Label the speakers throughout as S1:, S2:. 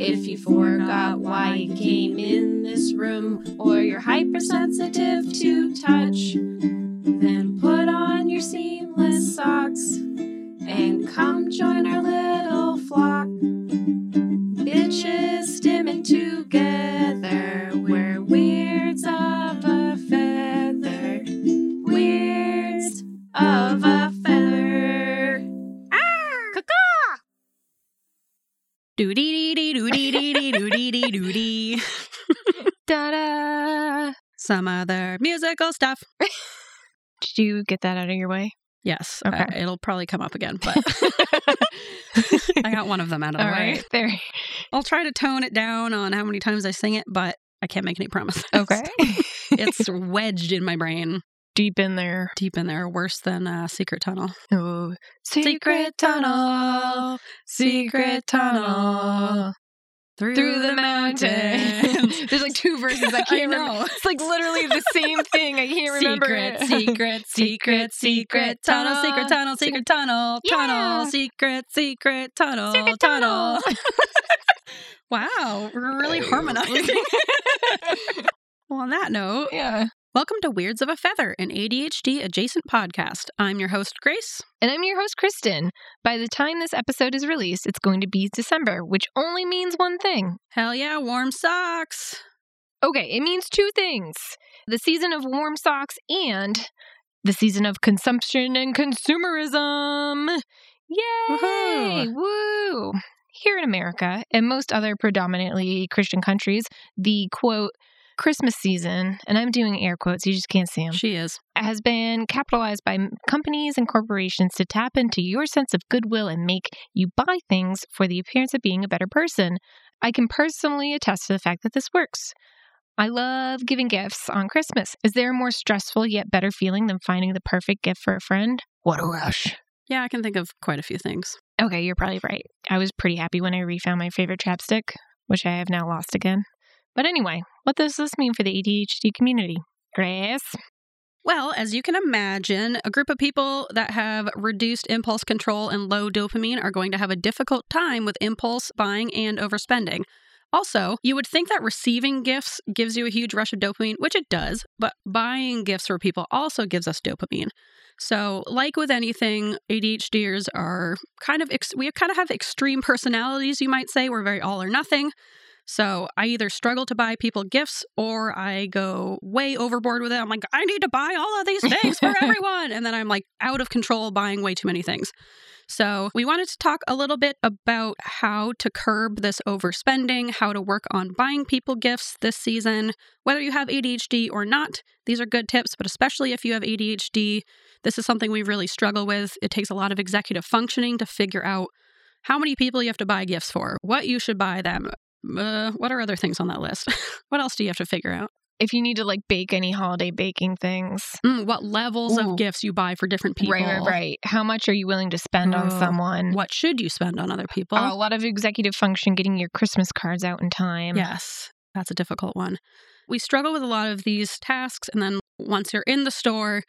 S1: if you forgot why you came in this room or you're hypersensitive to touch, then put on your seamless socks and come join our little flock. Bitches stimming together, we're weirds of a feather. Weirds of a feather.
S2: Doo dee dee doo dee dee dee doo dee dee doo dee. Da da. Some other musical stuff.
S3: Did you get that out of your way?
S2: Yes.
S3: Okay.
S2: uh, it'll probably come up again, but I got one of them out of
S3: All
S2: the way.
S3: right, there.
S2: I'll try to tone it down on how many times I sing it, but I can't make any promises.
S3: Okay.
S2: it's wedged in my brain,
S3: Deep in there.
S2: deep in there, worse than uh, Secret Tunnel.
S3: Oh,
S2: Secret tunnel, secret tunnel,
S3: through the mountain. There's like two verses I can't remember.
S2: know.
S3: It's like literally the same thing. I can't remember.
S2: Secret,
S3: it.
S2: secret, secret, secret tunnel, secret tunnel, secret tunnel, tunnel,
S3: Yeah.
S2: secret, secret tunnel,
S3: Secret
S2: tunnel. wow, we're really harmonizing. well, on that note,
S3: yeah.
S2: welcome to Weirds of a Feather, an ADHD adjacent podcast. I'm your host, Grace.
S3: And I'm your host, Kristen. By the time this episode is released, it's going to be December, which only means one thing.
S2: Hell yeah, warm socks.
S3: Okay, it means two things the season of warm socks and the season of consumption and consumerism. Yay!
S2: Woohoo.
S3: Woo! Here in America and most other predominantly Christian countries, the quote, Christmas season, and I'm doing air quotes, you just can't see them,
S2: She is.
S3: has been capitalized by m- companies and corporations to tap into your sense of goodwill and make you buy things for the appearance of being a better person. I can personally attest to the fact that this works. I love giving gifts on Christmas. Is there a more stressful yet better feeling than finding the perfect gift for a friend? What a rush.
S2: Yeah, I can think of quite a few things.
S3: Okay, you're probably right. I was pretty happy when I refound my favorite chapstick, which I have now lost again. But anyway, what does this mean for the ADHD community? Grace?
S2: Well, as you can imagine, a group of people that have reduced impulse control and low dopamine are going to have a difficult time with impulse buying and overspending. Also, you would think that receiving gifts gives you a huge rush of dopamine, which it does, but buying gifts for people also gives us dopamine. So, like with anything, ADHDers are kind of ex- we kind of have extreme personalities, you might say. We're very all or nothing. So I either struggle to buy people gifts or I go way overboard with it. I'm like, I need to buy all of these things for everyone. And then I'm like out of control buying way too many things. So we wanted to talk a little bit about how to curb this overspending, how to work on buying people gifts this season, whether you have ADHD or not. These are good tips, but especially if you have ADHD, this is something we really struggle with. It takes a lot of executive functioning to figure out how many people you have to buy gifts for, what you should buy them, uh, what are other things on that list? what else do you have to figure out?
S3: If you need to like bake any holiday baking things,
S2: Mm, what levels
S3: Ooh.
S2: of gifts you buy for different people?
S3: Right, right, right. How much are you willing to spend on
S2: Oh.
S3: someone?
S2: What should you spend on other people?
S3: Uh, a lot of executive function getting your Christmas cards out in time.
S2: Yes, that's a difficult one. We struggle with a lot of these tasks. And then once you're in the store,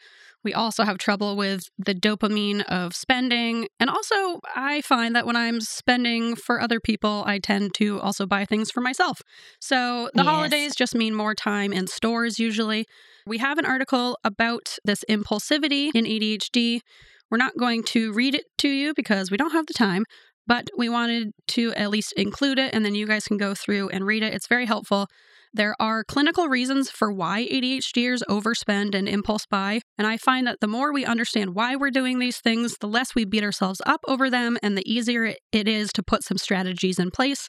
S2: we also have trouble with the dopamine of spending. And also, I find that when I'm spending for other people, I tend to also buy things for myself. So the
S3: Yes.
S2: holidays just mean more time in stores usually. We have an article about this impulsivity in ADHD. We're not going to read it to you because we don't have the time but we wanted to at least include it and then you guys can go through and read it. It's very helpful. There are clinical reasons for why ADHDers overspend and impulse buy. And I find that the more we understand why we're doing these things, the less we beat ourselves up over them and the easier it- it is to put some strategies in place.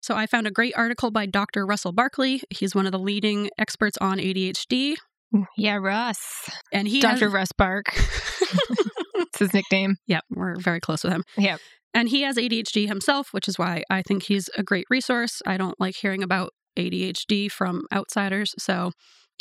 S2: So I found a great article by Dr. Russell Barkley. He's one of the leading experts on ADHD.
S3: Yeah, Russ.
S2: And he has-
S3: Dr. Russ Bark. it's his nickname.
S2: Yep, we're very close with him.
S3: Yep.
S2: And he has ADHD himself, which is why I think he's a great resource. I don't like hearing about ADHD from outsiders. So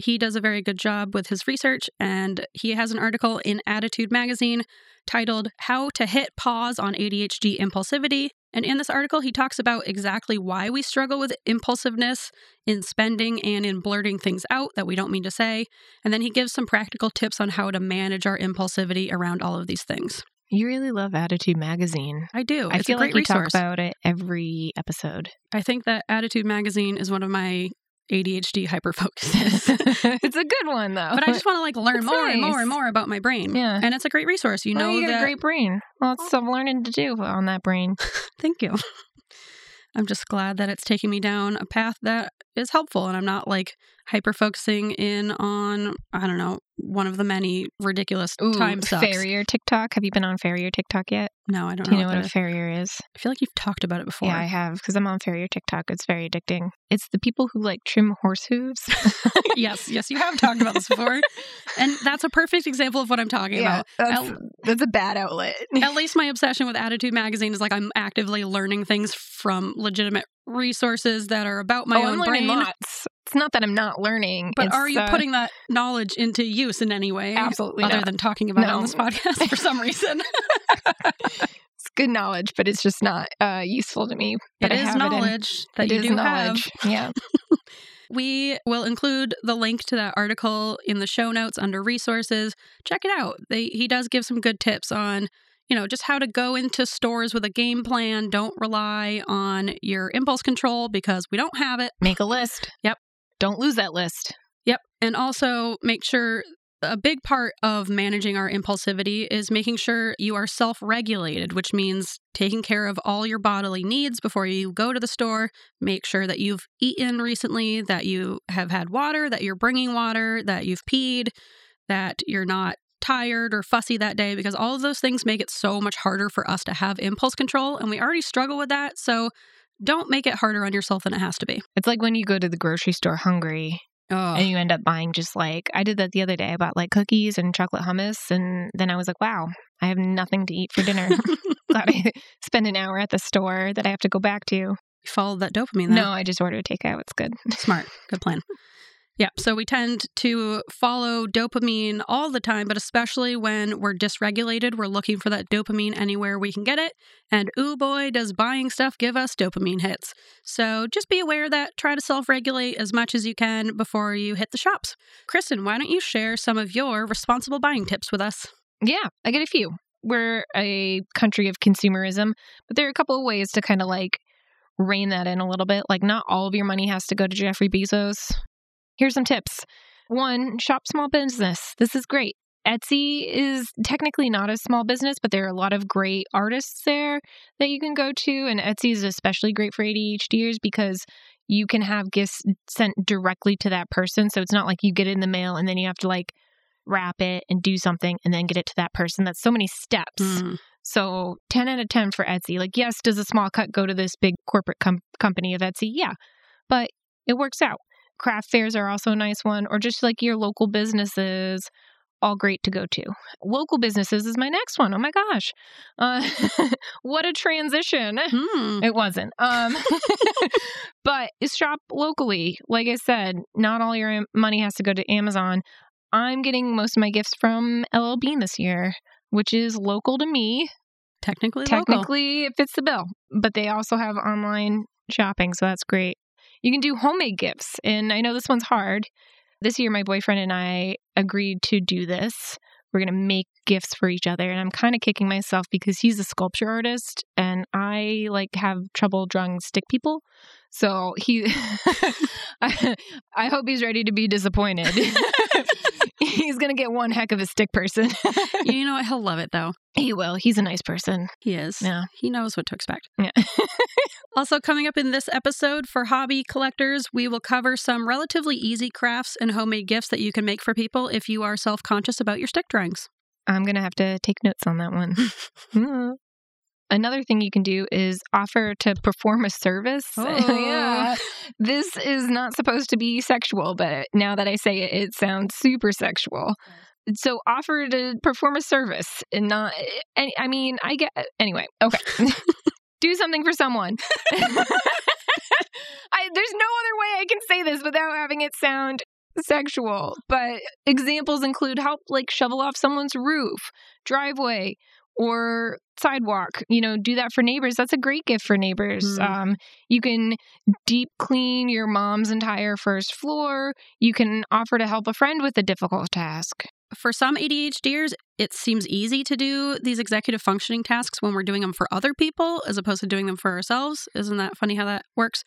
S2: he does a very good job with his research. And he has an article in Attitude Magazine titled How to Hit Pause on ADHD Impulsivity. And in this article, he talks about exactly why we struggle with impulsiveness in spending and in blurting things out that we don't mean to say. And then he gives some practical tips on how to manage our impulsivity around all of these things.
S3: You really love Attitude Magazine.
S2: I do.
S3: I
S2: It's
S3: feel
S2: a great
S3: like you
S2: resource.
S3: talk about it every episode.
S2: I think that Attitude Magazine is one of my ADHD
S3: it's
S2: hyperfocuses.
S3: a good one though.
S2: but I just want to like learn
S3: That's
S2: more and more
S3: nice.
S2: and more about my brain.
S3: Yeah.
S2: And it's a great resource. You
S3: Well,
S2: know
S3: you got
S2: that
S3: a great brain. Lots of learning to do on that brain.
S2: Thank you. I'm just glad that it's taking me down a path that is helpful and I'm not like hyper focusing in on, I don't know, one of the many ridiculous time sucks.
S3: Farrier TikTok. Have you been on Farrier TikTok yet?
S2: No, I don't
S3: Do you
S2: know.
S3: know
S2: what
S3: what
S2: that
S3: a
S2: is.
S3: farrier is?
S2: I feel like you've talked about it before.
S3: Yeah, I have because I'm on Farrier TikTok. It's very addicting. It's the people who like trim horse hooves.
S2: yes, yes, you have talked about this before. and that's a perfect example of what I'm talking
S3: yeah,
S2: about.
S3: that's, that's a bad outlet.
S2: At least my obsession with Attitude Magazine is like I'm actively learning things from legitimate resources that are about my
S3: oh,
S2: own
S3: I'm learning
S2: brain.
S3: lots. It's not that I'm not learning,
S2: But
S3: it's,
S2: are you
S3: uh,
S2: putting that knowledge into use in any way?
S3: absolutely
S2: other
S3: not.
S2: than talking about it on
S3: No.
S2: this podcast for some reason.
S3: it's good knowledge, but it's just not uh, useful to me. But
S2: it
S3: I
S2: is
S3: have It in-
S2: knowledge that
S3: it
S2: you
S3: is
S2: do have.
S3: knowledge. Yeah.
S2: We will include the link to that article in the show notes under resources. Check it out. They, he does give some good tips on, you know, just how to go into stores with a game plan. Don't rely on your impulse control because we don't have it.
S3: Make a list.
S2: Yep.
S3: Don't lose that list.
S2: Yep. And also make sure a big part of managing our impulsivity is making sure you are self regulated, which means taking care of all your bodily needs before you go to the store. Make sure that you've eaten recently, that you have had water, that you're bringing water, that you've peed, that you're not tired or fussy that day, because all of those things make it so much harder for us to have impulse control. And we already struggle with that. So don't make it harder on yourself than it has to be.
S3: It's like when you go to the grocery store hungry
S2: Oh,
S3: and you end up buying just like I did that the other day. I bought like cookies and chocolate hummus, and then I was like, wow, I have nothing to eat for dinner. Glad I spend an hour at the store that I have to go back to.
S2: you followed that dopamine. there.
S3: No, I just ordered takeout. It's good.
S2: Smart. Good plan. Yeah. So we tend to follow dopamine all the time, but especially when we're dysregulated, we're looking for that dopamine anywhere we can get it. And ooh boy, does buying stuff give us dopamine hits. So just be aware of that. Try to self regulate as much as you can before you hit the shops. Kristen, why don't you share some of your responsible buying tips with us?
S3: Yeah, I get a few. We're a country of consumerism, but there are a couple of ways to kind of like rein that in a little bit. Like, not all of your money has to go to Jeffrey Bezos. Here's some tips. One, shop small business. This is great. Etsy is technically not a small business, but there are a lot of great artists there that you can go to. And Etsy is especially great for ADHDers because you can have gifts sent directly to that person. So it's not like you get it in the mail and then you have to like wrap it and do something and then get it to that person. That's so many steps. So 10 out of 10 for Etsy. Like, yes, does a small cut go to this big corporate com- company of Etsy? Yeah, but it works out. Craft fairs are also a nice one, or just like your local businesses, all great to go to. Local businesses is my next one. Oh my gosh. Uh, what a transition.
S2: Hmm.
S3: It wasn't. Um, but shop locally. Like I said, not all your am- money has to go to Amazon. I'm getting most of my gifts from LL Bean this year, which is local to me.
S2: Technically, local.
S3: Technically, it fits the bill, but they also have online shopping, so that's great. You can do homemade gifts, and I know this one's hard. This year, my boyfriend and I agreed to do this. We're going to make gifts for each other, and I'm kind of kicking myself because he's a sculpture artist, and I like have trouble drawing stick people. So he, I, I hope he's ready to be disappointed. he's going to get one heck of a stick person.
S2: You know what? He'll love it though.
S3: he will. He's a nice person.
S2: He is.
S3: Yeah.
S2: He knows what to expect.
S3: Yeah.
S2: also, coming up in this episode for hobby collectors, we will cover some relatively easy crafts and homemade gifts that you can make for people if you are self conscious about your stick drawings.
S3: I'm going to have to take notes on that one. Mm. Another thing you can do is offer to perform a service. Oh,
S2: Oh,
S3: This is not supposed to be sexual, but now that I say it, it sounds super sexual. so offer to perform a service and not and, i mean i get anyway okay do something for someone I, there's no other way i can say this without having it sound sexual but examples include help like shovel off someone's roof driveway or sidewalk you know do that for neighbors that's a great gift for neighbors
S2: Mm.
S3: um, you can deep clean your mom's entire first floor you can offer to help a friend with a difficult task
S2: For some ADHDers, it seems easy to do these executive functioning tasks when we're doing them for other people as opposed to doing them for ourselves. Isn't that funny how that works?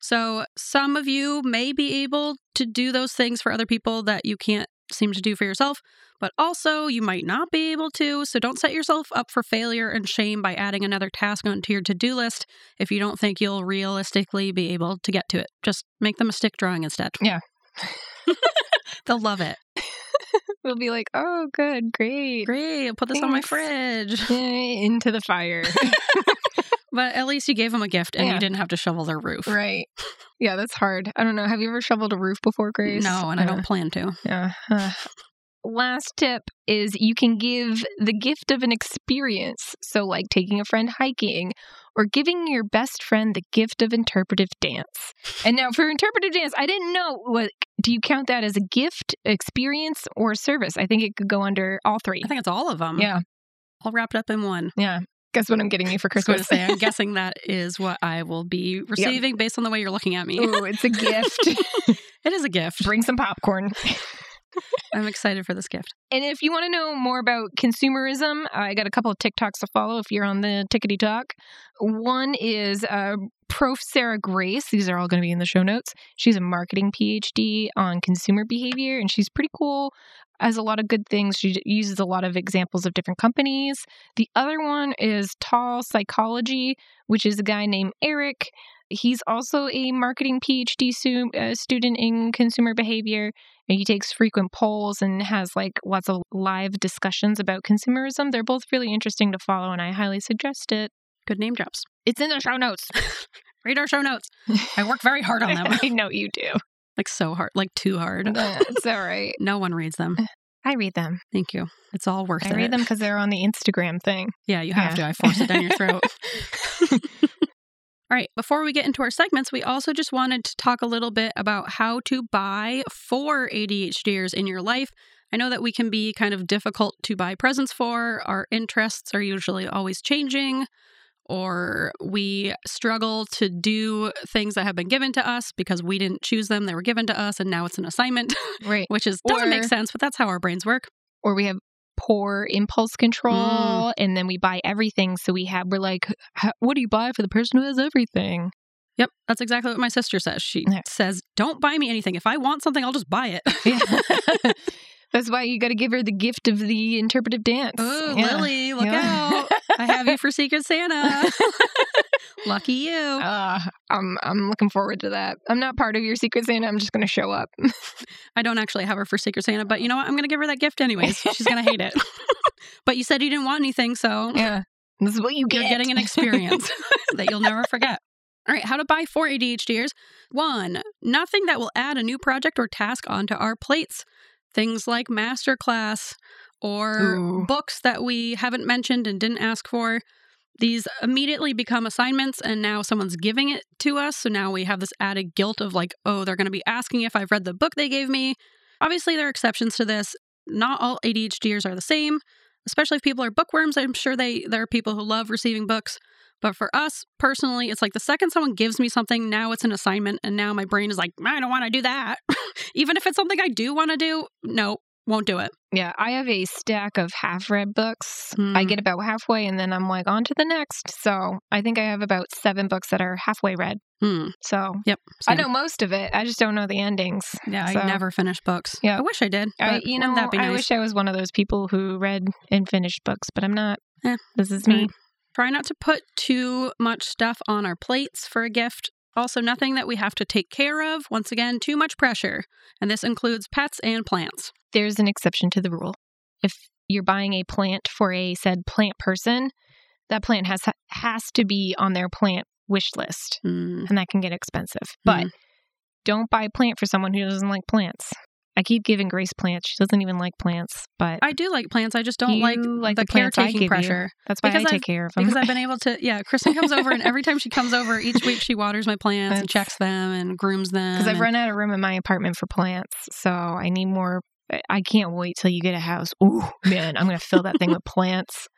S2: So, some of you may be able to do those things for other people that you can't seem to do for yourself, but also you might not be able to. So, don't set yourself up for failure and shame by adding another task onto your to do list if you don't think you'll realistically be able to get to it. Just make them a stick drawing instead.
S3: Yeah.
S2: They'll love it.
S3: we'll be like oh good great
S2: Great, I'll put this on my
S3: Thanks.
S2: fridge.
S3: Yay, into the fire.
S2: But at least you gave them a gift and
S3: Yeah.
S2: you didn't have to shovel their roof.
S3: right. Yeah, that's hard. I don't know. Have you ever shoveled a roof before, Grace?
S2: No, and I don't plan to.
S3: Yeah. Uh, Last tip is you can give the gift of an experience. So, like taking a friend hiking or giving your best friend the gift of interpretive dance. And now, for interpretive dance, I didn't know what do you count that as a gift, experience, or service? I think it could go under all three.
S2: I think it's all of them.
S3: Yeah.
S2: All wrapped up in one.
S3: Yeah. Guess what I'm getting you for
S2: I was going
S3: Christmas?
S2: to say, I'm guessing that is what I will be receiving based on the way you're looking at me.
S3: Ooh, it's a gift.
S2: It is a gift.
S3: Bring some popcorn.
S2: I'm excited for this gift.
S3: And if you want to know more about consumerism, I got a couple of TikToks to follow if you're on the tickety talk. One is uh, Prof. Sarah Grace. These are all going to be in the show notes. She's a marketing PhD on consumer behavior, and she's pretty cool. Has a lot of good things. She uses a lot of examples of different companies. The other one is Tall Psychology, which is a guy named Eric. He's also a marketing PhD su- uh, student in consumer behavior. And He takes frequent polls and has like lots of live discussions about consumerism. They're both really interesting to follow, and I highly suggest it.
S2: Good name drops.
S3: It's in the show notes.
S2: Read our show notes. I work very hard on them.
S3: I know you do.
S2: like so hard, like too hard.
S3: It's all right.
S2: No one reads them.
S3: I read them.
S2: Thank you. It's all worth
S3: Eh. I
S2: it.
S3: read them because they're on the Instagram thing.
S2: Yeah, you have to.
S3: Yeah.
S2: I force it down your throat. All right, before we get into our segments, we also just wanted to talk a little bit about how to buy for ADHDers in your life. I know that we can be kind of difficult to buy presents for. Our interests are usually always changing, or we struggle to do things that have been given to us because we didn't choose them. They were given to us, and now it's an assignment,
S3: Right.
S2: which is doesn't make
S3: Or-
S2: sense, but that's how our brains work.
S3: Or we have poor impulse control and then we buy everything. So we have, we're like, "H- what do you buy for the person who has everything?
S2: Yep, that's exactly what my sister says. She
S3: Yeah.
S2: says, "Don't buy me anything. If I want something, I'll just buy it."
S3: Yeah. That's why you got to give her the gift of the interpretive dance.
S2: Ooh,
S3: Yeah.
S2: Lily, look
S3: Yeah.
S2: out! I have you for Secret Santa. Lucky you.
S3: Uh, I'm I'm looking forward to that. I'm not part of your Secret Santa. I'm just going to show up.
S2: I don't actually have her for Secret Santa, but you know what? I'm going to give her that gift anyways. She's going to hate it. but you said you didn't want anything, so
S3: Yeah, this is what you get.
S2: you're getting an experience that you'll never forget. All right, how to buy for ADHDers. One, nothing that will add a new project or task onto our plates. Things like masterclass or
S3: Ooh.
S2: books that we haven't mentioned and didn't ask for. These immediately become assignments, and now someone's giving it to us. So now we have this added guilt of like, oh, they're going to be asking if I've read the book they gave me. Obviously, there are exceptions to this. Not all ADHDers are the same, especially if people are bookworms. I'm sure they there are people who love receiving books. But for us personally, it's like the second someone gives me something, now it's an assignment, and now my brain is like, I don't want to do that. Even if it's something I do want to do, no, won't do it.
S3: Yeah, I have a stack of half-read books.
S2: Hmm.
S3: I get about halfway, and then I'm like, on to the next. So I think I have about seven books that are halfway read.
S2: Hmm.
S3: So
S2: Yep.
S3: I know most of it. I just don't know the endings.
S2: Yeah,
S3: So-
S2: I never finish books.
S3: Yeah.
S2: I wish I did.
S3: I, e,
S2: but
S3: you know,
S2: wouldn't that be
S3: I
S2: nice?
S3: wish I was one of those people who read and finished books, but I'm not.
S2: Eh,
S3: This is
S2: all
S3: me.
S2: right. Try not to put too much stuff on our plates for a gift. Also, nothing that we have to take care of. Once again, too much pressure. And this includes pets and plants.
S3: there's an exception to the rule. If you're buying a plant for a said plant person, that plant has has to be on their plant wish list,
S2: Hmm.
S3: and that can get expensive. But
S2: Mm.
S3: don't buy a plant for someone who doesn't like plants. I keep giving Grace plants. She doesn't even like plants, but
S2: I do like plants. I just don't
S3: You
S2: like,
S3: like
S2: the,
S3: the plants I give
S2: caretaking
S3: you.
S2: pressure
S3: that's why
S2: because
S3: I
S2: I've-
S3: take care of them.
S2: because I've been able to. Yeah, Kristen comes over, and every time she comes over, each week she waters my plants and
S3: That's-
S2: checks them and grooms them.
S3: Because I've
S2: and-
S3: run out of room in my apartment for plants, so I need more. I- I can't wait till you get a house. Ooh, man, I'm gonna fill that thing with plants.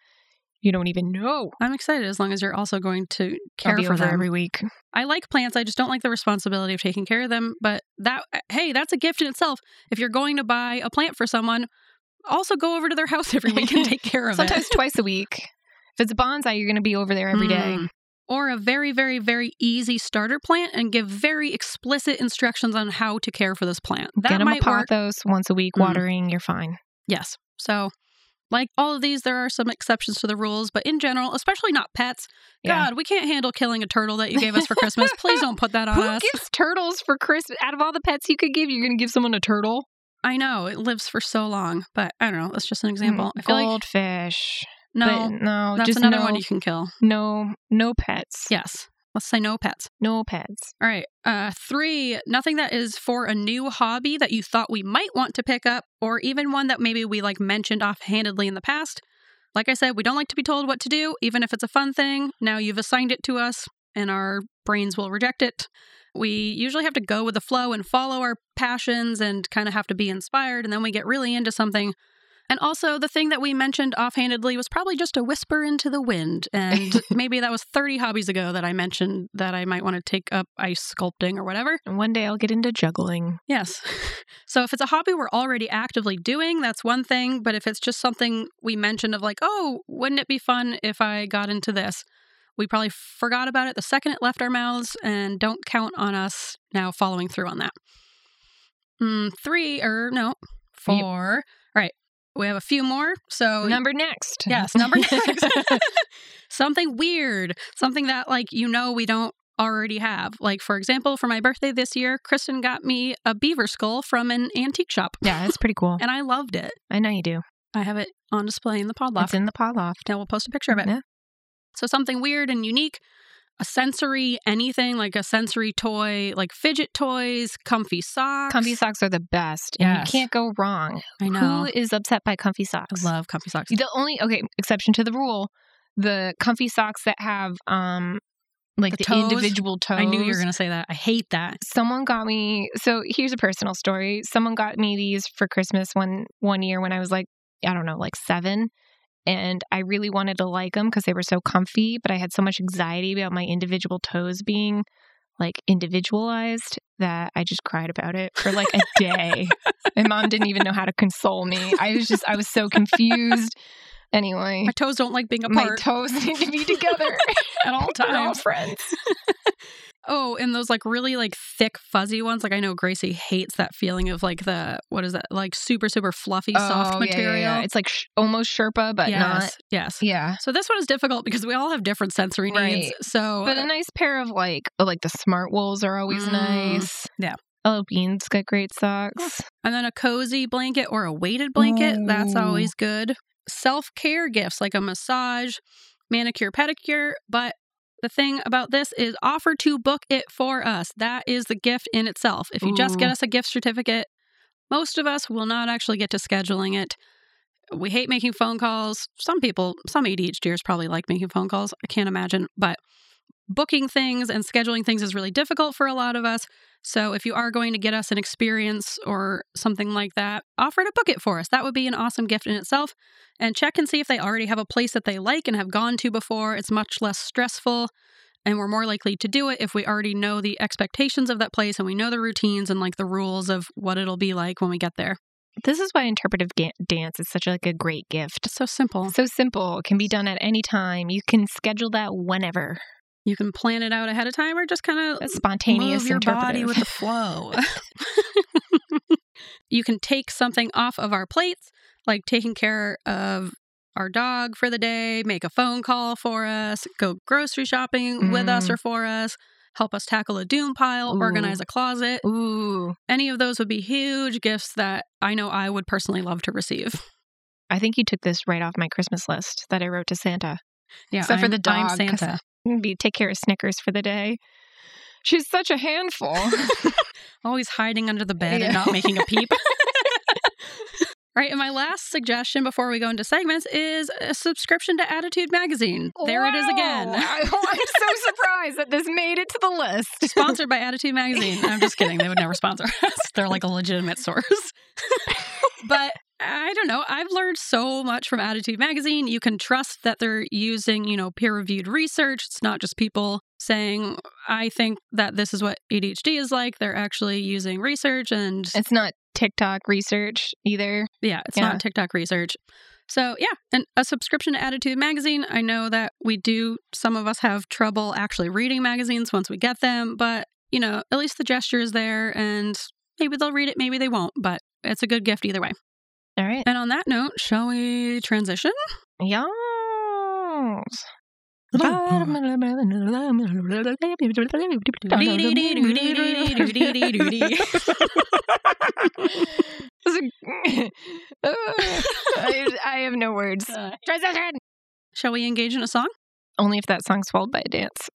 S3: You don't even know.
S2: I'm excited as long as you're also going to
S3: I'll
S2: care
S3: be
S2: for
S3: over
S2: them.
S3: every week.
S2: I like plants. I just don't like the responsibility of taking care of them. But that, eh, hey, that's a gift in itself. If you're going to buy a plant for someone, also go over to their house every week and take care of
S3: Sometimes
S2: it.
S3: twice a week. If it's a bonsai, you're gonna be over there every day.
S2: Mm. Or a very, very, very easy starter plant and give very explicit instructions on how to care for this plant. That
S3: Get them a
S2: might work.
S3: pothos once a week,
S2: Mm.
S3: watering. You're fine.
S2: Yes. So, like all of these, there are some exceptions to the rules, but in general, especially not pets.
S3: Yeah.
S2: God, we can't handle killing a turtle that you gave us for Christmas. Please don't put that on
S3: Who
S2: us.
S3: gives turtles for Christmas? Out of all the pets you could give, you're gonna give someone a turtle.
S2: I know it lives for so long, but I don't know. That's just an example. I feel like
S3: goldfish.
S2: no,
S3: Hmm, but no,
S2: that's
S3: just
S2: another
S3: no,
S2: one you can kill.
S3: no, no pets.
S2: Yes. Let's say no pets.
S3: no pets.
S2: All right. Uh, three, nothing that is for a new hobby that you thought we might want to pick up, or even one that maybe we like mentioned offhandedly in the past. Like I said, we don't like to be told what to do, even if it's a fun thing. Now you've assigned it to us, and our brains will reject it. We usually have to go with the flow and follow our passions and kind of have to be inspired, and then we get really into something. And also, the thing that we mentioned offhandedly was probably just a whisper into the wind. And maybe that was 30 hobbies ago that I mentioned that I might want to take up ice sculpting or whatever.
S3: And one day I'll get into juggling.
S2: Yes. So if it's a hobby we're already actively doing, that's one thing. But if it's just something we mentioned of like, oh, wouldn't it be fun if I got into this? We probably forgot about it the second it left our mouths and don't count on us now following through on that. Mm, three or no, four. All right. We have a few more. So
S3: Number next.
S2: Oh, Yes, number next. something weird, something that like you know we don't already have. Like for example, for my birthday this year, Kristen got me a beaver skull from an antique shop,
S3: yeah, that's pretty cool.
S2: and I loved it.
S3: I know you do.
S2: I have it on display in the pod loft.
S3: It's in the pod loft.
S2: now we'll post a picture of it.
S3: Yeah.
S2: So something weird and unique, a sensory anything like a sensory toy, like fidget toys, comfy socks.
S3: Comfy socks are the best. And
S2: Yes.
S3: you can't go wrong.
S2: I
S3: Who
S2: know.
S3: is upset by comfy socks?
S2: I love comfy socks.
S3: the only okay, exception to the rule, the comfy socks that have um like
S2: The
S3: the,
S2: toes.
S3: individual toes.
S2: I knew you were going to say that. I hate that.
S3: someone got me so here's a personal story someone got me these for christmas one one year when i was like i don't know like seven and i really wanted to like them because they were so comfy but i had so much anxiety about my individual toes being like individualized that i just cried about it for like a day my mom didn't even know how to console me i was just i was so confused anyway
S2: My toes don't like being
S3: my
S2: apart
S3: toes need to be together
S2: at all
S3: We're all
S2: times.
S3: friends
S2: Oh, and those like really like thick fuzzy ones. Like I know Gracie hates that feeling of like the what is that like super super fluffy soft
S3: Oh, yeah, yeah,
S2: material.
S3: yeah. it's like sh- almost sherpa but
S2: yes,
S3: not
S2: yes.
S3: Yeah.
S2: So this one is difficult because we all have different sensory needs.
S3: Right.
S2: So
S3: But a nice pair of like oh, like the smart wools are always
S2: Mm,
S3: nice.
S2: yeah.
S3: Oh, beans got great socks.
S2: and then a cozy blanket or a weighted blanket that's
S3: Ooh.
S2: always good. Self care gifts like a massage, manicure, pedicure. But the thing about this is offer to book it for us. That is the gift in itself. If you just get
S3: Ooh.
S2: us a gift certificate, most of us will not actually get to scheduling it. We hate making phone calls. Some people, some ADHDers probably like making phone calls. I can't imagine, but booking things and scheduling things is really difficult for a lot of us. So if you are going to get us an experience or something like that, offer to book it for us. That would be an awesome gift in itself. And check and see if they already have a place that they like and have gone to before. It's much less stressful and we're more likely to do it if we already know the expectations of that place and we know the routines and like the rules of what it'll be like when we get there.
S3: This is why interpretive ga- dance is such like a great gift.
S2: It's so simple.
S3: So simple, can be done at any time. You can schedule that whenever.
S2: You can plan it out ahead of time or just kind of
S3: That's spontaneous
S2: move your body
S3: interpretive.
S2: with the flow. you can take something off of our plates, like taking care of our dog for the day, make a phone call for us, go grocery shopping with us
S3: Mm.
S2: or for us, help us tackle a doom pile,
S3: Ooh.
S2: organize a closet.
S3: Ooh,
S2: Any of those would be huge gifts that I know I would personally love to receive.
S3: I think you took this right off my Christmas list that I wrote to Santa.
S2: Yeah,
S3: Except for
S2: I'm-
S3: the
S2: I'm
S3: dog, 'cause
S2: Santa.
S3: Maybe take care of Snickers for the day. She's such a handful.
S2: Always hiding under the bed
S3: Yeah.
S2: and not making a peep. right. And my last suggestion before we go into segments is a subscription to Attitude Magazine. There it is
S3: Wow.
S2: again.
S3: I- Oh, I'm so surprised that this made it to the list.
S2: Sponsored by Attitude Magazine. I'm just kidding. They would never sponsor us. They're like a legitimate source. but I don't know. I've learned so much from Attitude Magazine. You can trust that they're using, you know, peer reviewed research. It's not just people saying, I think that this is what ADHD is like. They're actually using research and
S3: It's not TikTok research either.
S2: Yeah, it's
S3: Yeah.
S2: not TikTok research. So, yeah, and a subscription to Attitude Magazine. I know that we do, some of us have trouble actually reading magazines once we get them, but, you know, at least the gesture is there and maybe they'll read it, maybe they won't, but it's a good gift either way.
S3: All right.
S2: And on that note, shall we transition?
S3: Yes. I, I have no words. Transition.
S2: Shall we engage in a song?
S3: Only if that song's followed by a dance.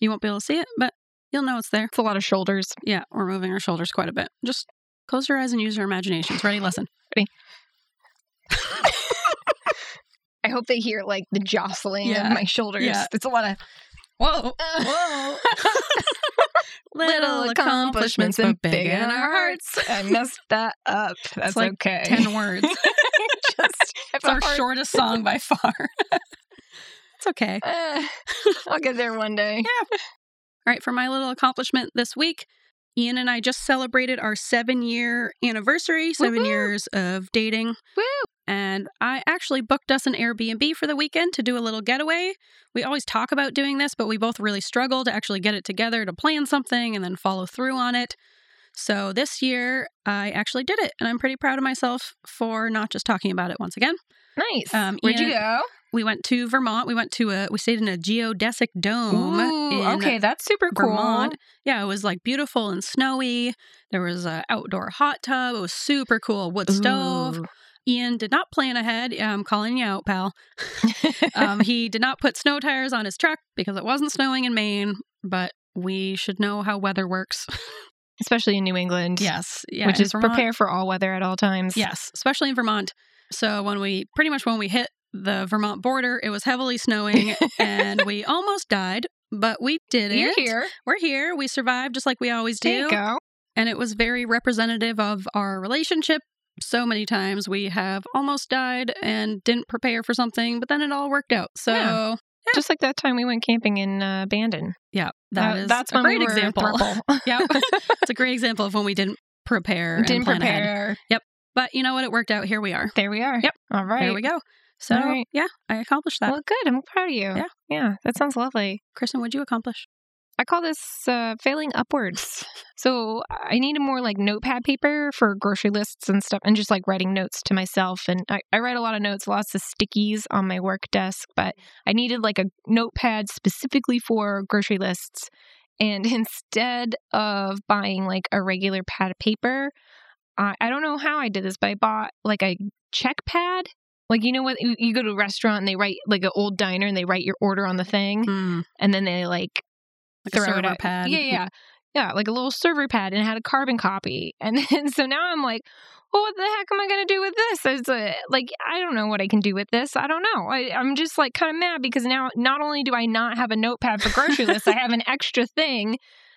S2: You won't be able to see it, but you'll know it's there.
S3: It's a lot of shoulders.
S2: Yeah, we're moving our shoulders quite a bit. Just close your eyes and use your imaginations. Ready? Listen.
S3: I hope they hear like the jostling
S2: Yeah.
S3: of my shoulders.
S2: Yeah.
S3: It's a lot of
S2: Whoa.
S3: whoa.
S2: Little accomplishments, but big in our hearts.
S3: I messed that up. That's
S2: like
S3: okay.
S2: 10 words.
S3: Just,
S2: It's our shortest song by far. it's okay.
S3: Eh, I'll get there one day.
S2: All right, for my little accomplishment this week, Ian and I just celebrated our seven year anniversary, 7
S3: Woohoo!
S2: years of dating.
S3: Woo!
S2: And I actually booked us an Airbnb for the weekend to do a little getaway. We always talk about doing this, but we both really struggle to actually get it together to plan something and then follow through on it. So this year, I actually did it, and I'm pretty proud of myself for not just talking about it once again.
S3: Nice.
S2: Um,
S3: Where'd you
S2: Ian-
S3: go?
S2: We went to Vermont. We went to a we stayed in a geodesic dome. in
S3: Ooh, okay, that's super cool.
S2: Vermont. Yeah, it was like beautiful and snowy. There was an outdoor hot tub. It was super cool. Wood stove.
S3: Ooh.
S2: Ian did not plan ahead. Yeah, I'm calling you out, pal. um, he did not put snow tires on his truck because it wasn't snowing in Maine. But we should know how weather works.
S3: Especially in New England.
S2: yes, yeah,
S3: which
S2: in
S3: is
S2: Vermont-
S3: prepare for all weather at all times.
S2: Yes, especially in Vermont. So when we pretty much when we hit the Vermont border, it was heavily snowing and we almost died, but we did it.
S3: You're here.
S2: We're here. We survived just like we always
S3: There you
S2: do.
S3: go.
S2: And it was very representative of our relationship. So many times we have almost died and didn't prepare for something, but then it all worked out. So
S3: Yeah.
S2: yeah,
S3: Just like that time we went camping in uh, Bandon.
S2: that
S3: Uh,
S2: is
S3: that's
S2: a
S3: when we
S2: great
S3: were
S2: example.
S3: purple.
S2: yeah, it's a great example of when we didn't prepare. and
S3: Didn't
S2: plan ahead.
S3: prepare.
S2: but you know what? It worked out. Here we are.
S3: There we are.
S2: Yep.
S3: All right.
S2: There we go. So
S3: All right.
S2: yeah, I accomplished that.
S3: Well, good. I'm proud of you.
S2: Yeah.
S3: Yeah. That sounds lovely.
S2: Kristen, what'd you accomplish?
S3: I call this uh, failing upwards. So I need a more like notepad paper for grocery lists and stuff, and just like writing notes to myself. And I, I write a lot of notes, lots of stickies on my work desk, but I needed like a notepad specifically for grocery lists. And instead of buying like a regular pad of paper, I, I don't know how I did this, but I bought like a check pad. Like you know what you you go to a restaurant and they write like an old diner and they write your order on the
S2: Mm-hmm.
S3: thing and then they like
S2: Like a server
S3: out.
S2: pad.
S3: Yeah, yeah. Yeah, like a little server pad and it had a carbon copy. And then so now I'm like, well, what the heck am I going to do with this? It's a, like, I don't know what I can do with this. I don't know. I, I'm just like kind of mad because now not only do I not have a notepad for grocery lists, I have an extra thing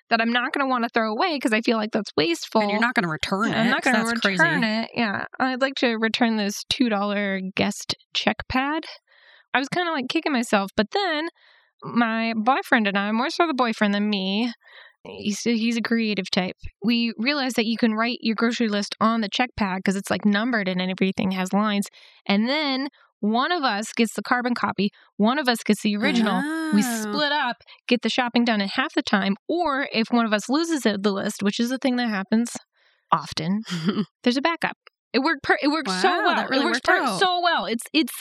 S3: that I'm not going to want to throw away because I feel like that's wasteful.
S2: And you're not going to return it.
S3: I'm not going to
S2: That's
S3: return
S2: crazy.
S3: it. Yeah, I'd like to return this two dollar guest check pad. I was kind of like kicking myself, but then my boyfriend and I, more so the boyfriend than me, he's he's a creative type. We realized that you can write your grocery list on the check pad because it's like numbered and everything has lines, and then. One of us gets the carbon copy, one of us gets the original, we
S2: Oh.
S3: split up, get the shopping done in half the time, or if one of us loses it- the list, which is a thing that happens often, there's a backup. It worked. Per- it worked so
S2: Wow,
S3: well.
S2: that really
S3: it works
S2: worked
S3: per-
S2: out.
S3: so well. It's it's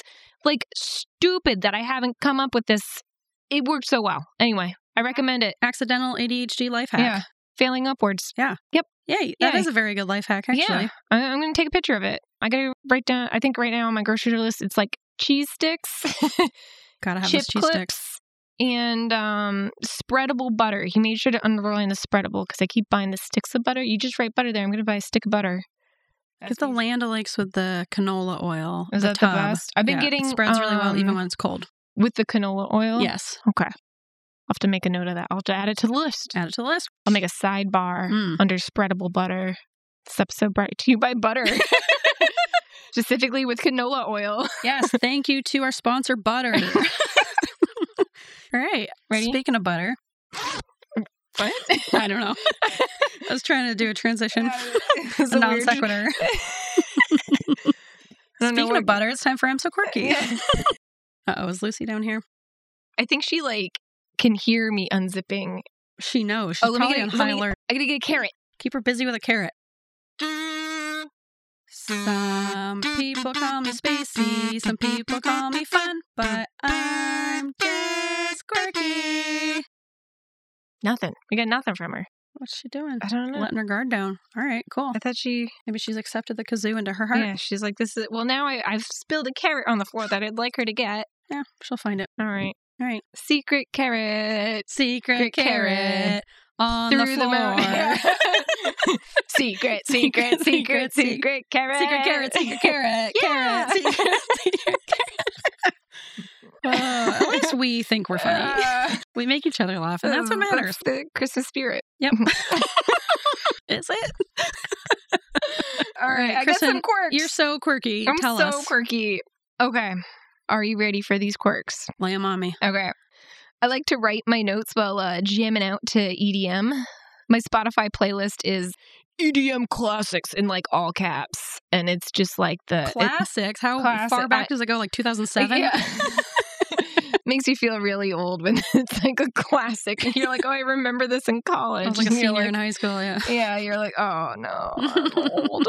S3: like stupid that I haven't come up with this. It worked so well. Anyway, I recommend it.
S2: Accidental ADHD life
S3: Yeah,
S2: hack.
S3: failing upwards.
S2: Yeah. Yay. That
S3: Yay.
S2: is a very good life hack, actually.
S3: Yeah, I- I'm going to take a picture of it. I got to write down. I think right now on my grocery list, it's like cheese sticks,
S2: Gotta have
S3: chip
S2: those cheese
S3: clips,
S2: sticks.
S3: and um, spreadable butter. He made sure to underline the spreadable because I keep buying the sticks of butter. You just write butter there. I'm going to buy a stick of butter.
S2: Get the Landolakes with the canola oil.
S3: Is that the best? I've been
S2: Yeah,
S3: getting,
S2: it spreads really well even
S3: um,
S2: when it's cold.
S3: with the canola oil.
S2: Yes,
S3: Okay. I'll have to make a note of that. I'll have to add it to the list.
S2: add it to the list.
S3: I'll make a sidebar
S2: Mm.
S3: under spreadable butter. This episode brought to you by butter, specifically with canola oil.
S2: Yes, thank you to our sponsor, butter. All right.
S3: Ready?
S2: Speaking of butter,
S3: What?
S2: I don't know. I was trying to do a transition.
S3: It's
S2: A
S3: a
S2: non
S3: weird-
S2: sequitur.
S3: I don't know
S2: Speaking
S3: where-
S2: of butter, it's time for I'm so quirky.
S3: Yeah.
S2: Uh oh, is Lucy down here?
S3: I think she like can hear me unzipping.
S2: She knows. She's
S3: Oh, let me
S2: probably
S3: get-
S2: on
S3: let
S2: high
S3: me-
S2: alert.
S3: I gotta get a carrot.
S2: Keep her busy with a carrot. Some people call me spacey, some people call me fun, but I'm just quirky.
S3: Nothing. We got nothing from her.
S2: What's she doing?
S3: I don't know.
S2: Letting her guard down. All right, cool.
S3: I thought she.
S2: Maybe she's accepted the kazoo into her heart.
S3: Yeah, she's like this is. Well, now I, I've spilled a carrot on the floor that I'd like her to get.
S2: yeah she'll find it.
S3: All right.
S2: All right.
S3: Secret carrot.
S2: Secret
S3: Secret
S2: carrot,
S3: carrot
S2: on the
S3: through the,
S2: floor.
S3: mountain. secret,
S2: Secret, secret,
S3: secret, secret, secret carrot.
S2: secret carrot, secret carrot,
S3: Yeah.
S2: carrot, secret, secret carrot. Uh, at least we think we're funny.
S3: Uh,
S2: We make each other laugh, and that's what
S3: that's
S2: matters.
S3: The Christmas spirit.
S2: Is it?
S3: All right,
S2: right,
S3: I
S2: Kristen,
S3: got some quirks.
S2: You're so quirky.
S3: I'm
S2: Tell
S3: so
S2: us.
S3: quirky. Okay, are you ready for these quirks?
S2: Lay 'em on me.
S3: Okay, I like to write my notes while uh, jamming out to EDM. My Spotify playlist is EDM classics in like all caps, and it's just like the it-
S2: Classics. How
S3: Classic-
S2: far back
S3: I-
S2: does it go? Like 2007?
S3: Yeah. Makes you feel really old when it's like a classic, and you're like, "Oh, I remember this in college."
S2: I was like a
S3: And you're
S2: senior in high school. Yeah.
S3: yeah, you're like, "Oh no, I'm old."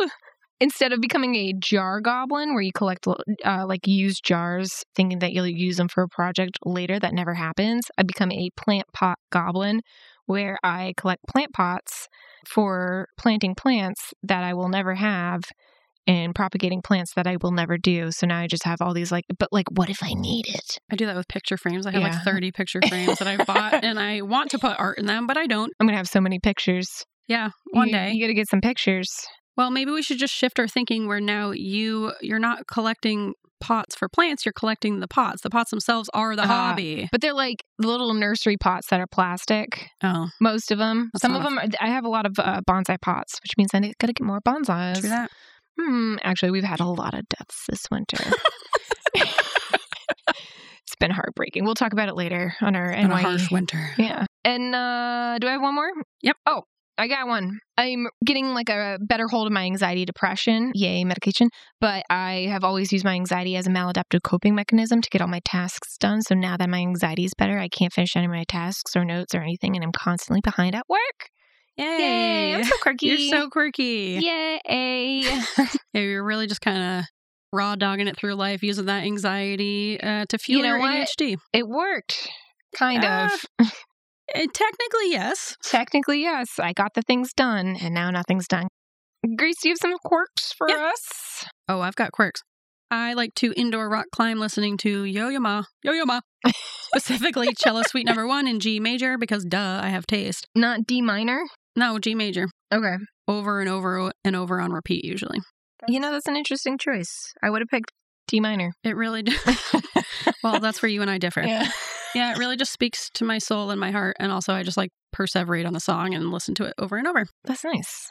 S3: Instead of becoming a jar goblin, where you collect uh, like used jars, thinking that you'll use them for a project later, that never happens. I become a plant pot goblin, where I collect plant pots for planting plants that I will never have. And propagating plants that I will never do. So now I just have all these like, but like, what if I need it?
S2: I do that with picture frames. I have
S3: Yeah.
S2: like 30 picture frames that I've bought, and I want to put art in them, but I don't.
S3: I'm gonna have so many pictures.
S2: Yeah. One
S3: You-
S2: day.
S3: you gotta get some pictures.
S2: Well, maybe we should just shift our thinking where now you you're not collecting pots for plants, you're collecting the pots. The pots themselves are the
S3: Ah.
S2: hobby.
S3: But they're like little nursery pots that are plastic.
S2: Oh,
S3: Most of them.
S2: That's
S3: some
S2: not
S3: of
S2: a-
S3: them. Are, I have a lot of uh, bonsai pots, which means I gotta get more bonsais.
S2: true that.
S3: Hmm. Actually, we've had a lot of deaths this winter. it's been heartbreaking. We'll talk about it later on our E.
S2: And a
S3: NYE.
S2: harsh winter.
S3: Yeah. And uh do I have one more?
S2: Yep.
S3: Oh, I got one. I'm getting like a better hold of my anxiety depression. Yay, medication. But I have always used my anxiety as a maladaptive coping mechanism to get all my tasks done. So now that my anxiety is better, I can't finish any of my tasks or notes or anything, and I'm constantly behind at work. Yay. I'm so quirky.
S2: You're so quirky.
S3: Yay.
S2: Yeah, you're really just kind of raw dogging it through life using that anxiety uh, to fuel
S3: You know
S2: your
S3: what?
S2: ADHD.
S3: it worked. Kind
S2: Ah.
S3: of.
S2: Eh, technically, yes.
S3: Technically, yes. I got the things done, and now nothing's done. Grace, do you have some quirks for
S2: Yeah.
S3: us?
S2: Oh, I've got quirks. I like to indoor rock climb listening to Yo Yo Ma, Yo Yo Ma, specifically Cello Suite Number One in G major because duh, I have taste.
S3: Not D minor.
S2: No, G major.
S3: Okay.
S2: over and over and over on repeat usually.
S3: You know, that's an interesting choice. I would have picked D minor.
S2: It really do- well, that's where you and I differ. Yeah. it really just speaks to my soul and my heart and also I just like perseverate on the song and listen to it over and over.
S3: That's nice.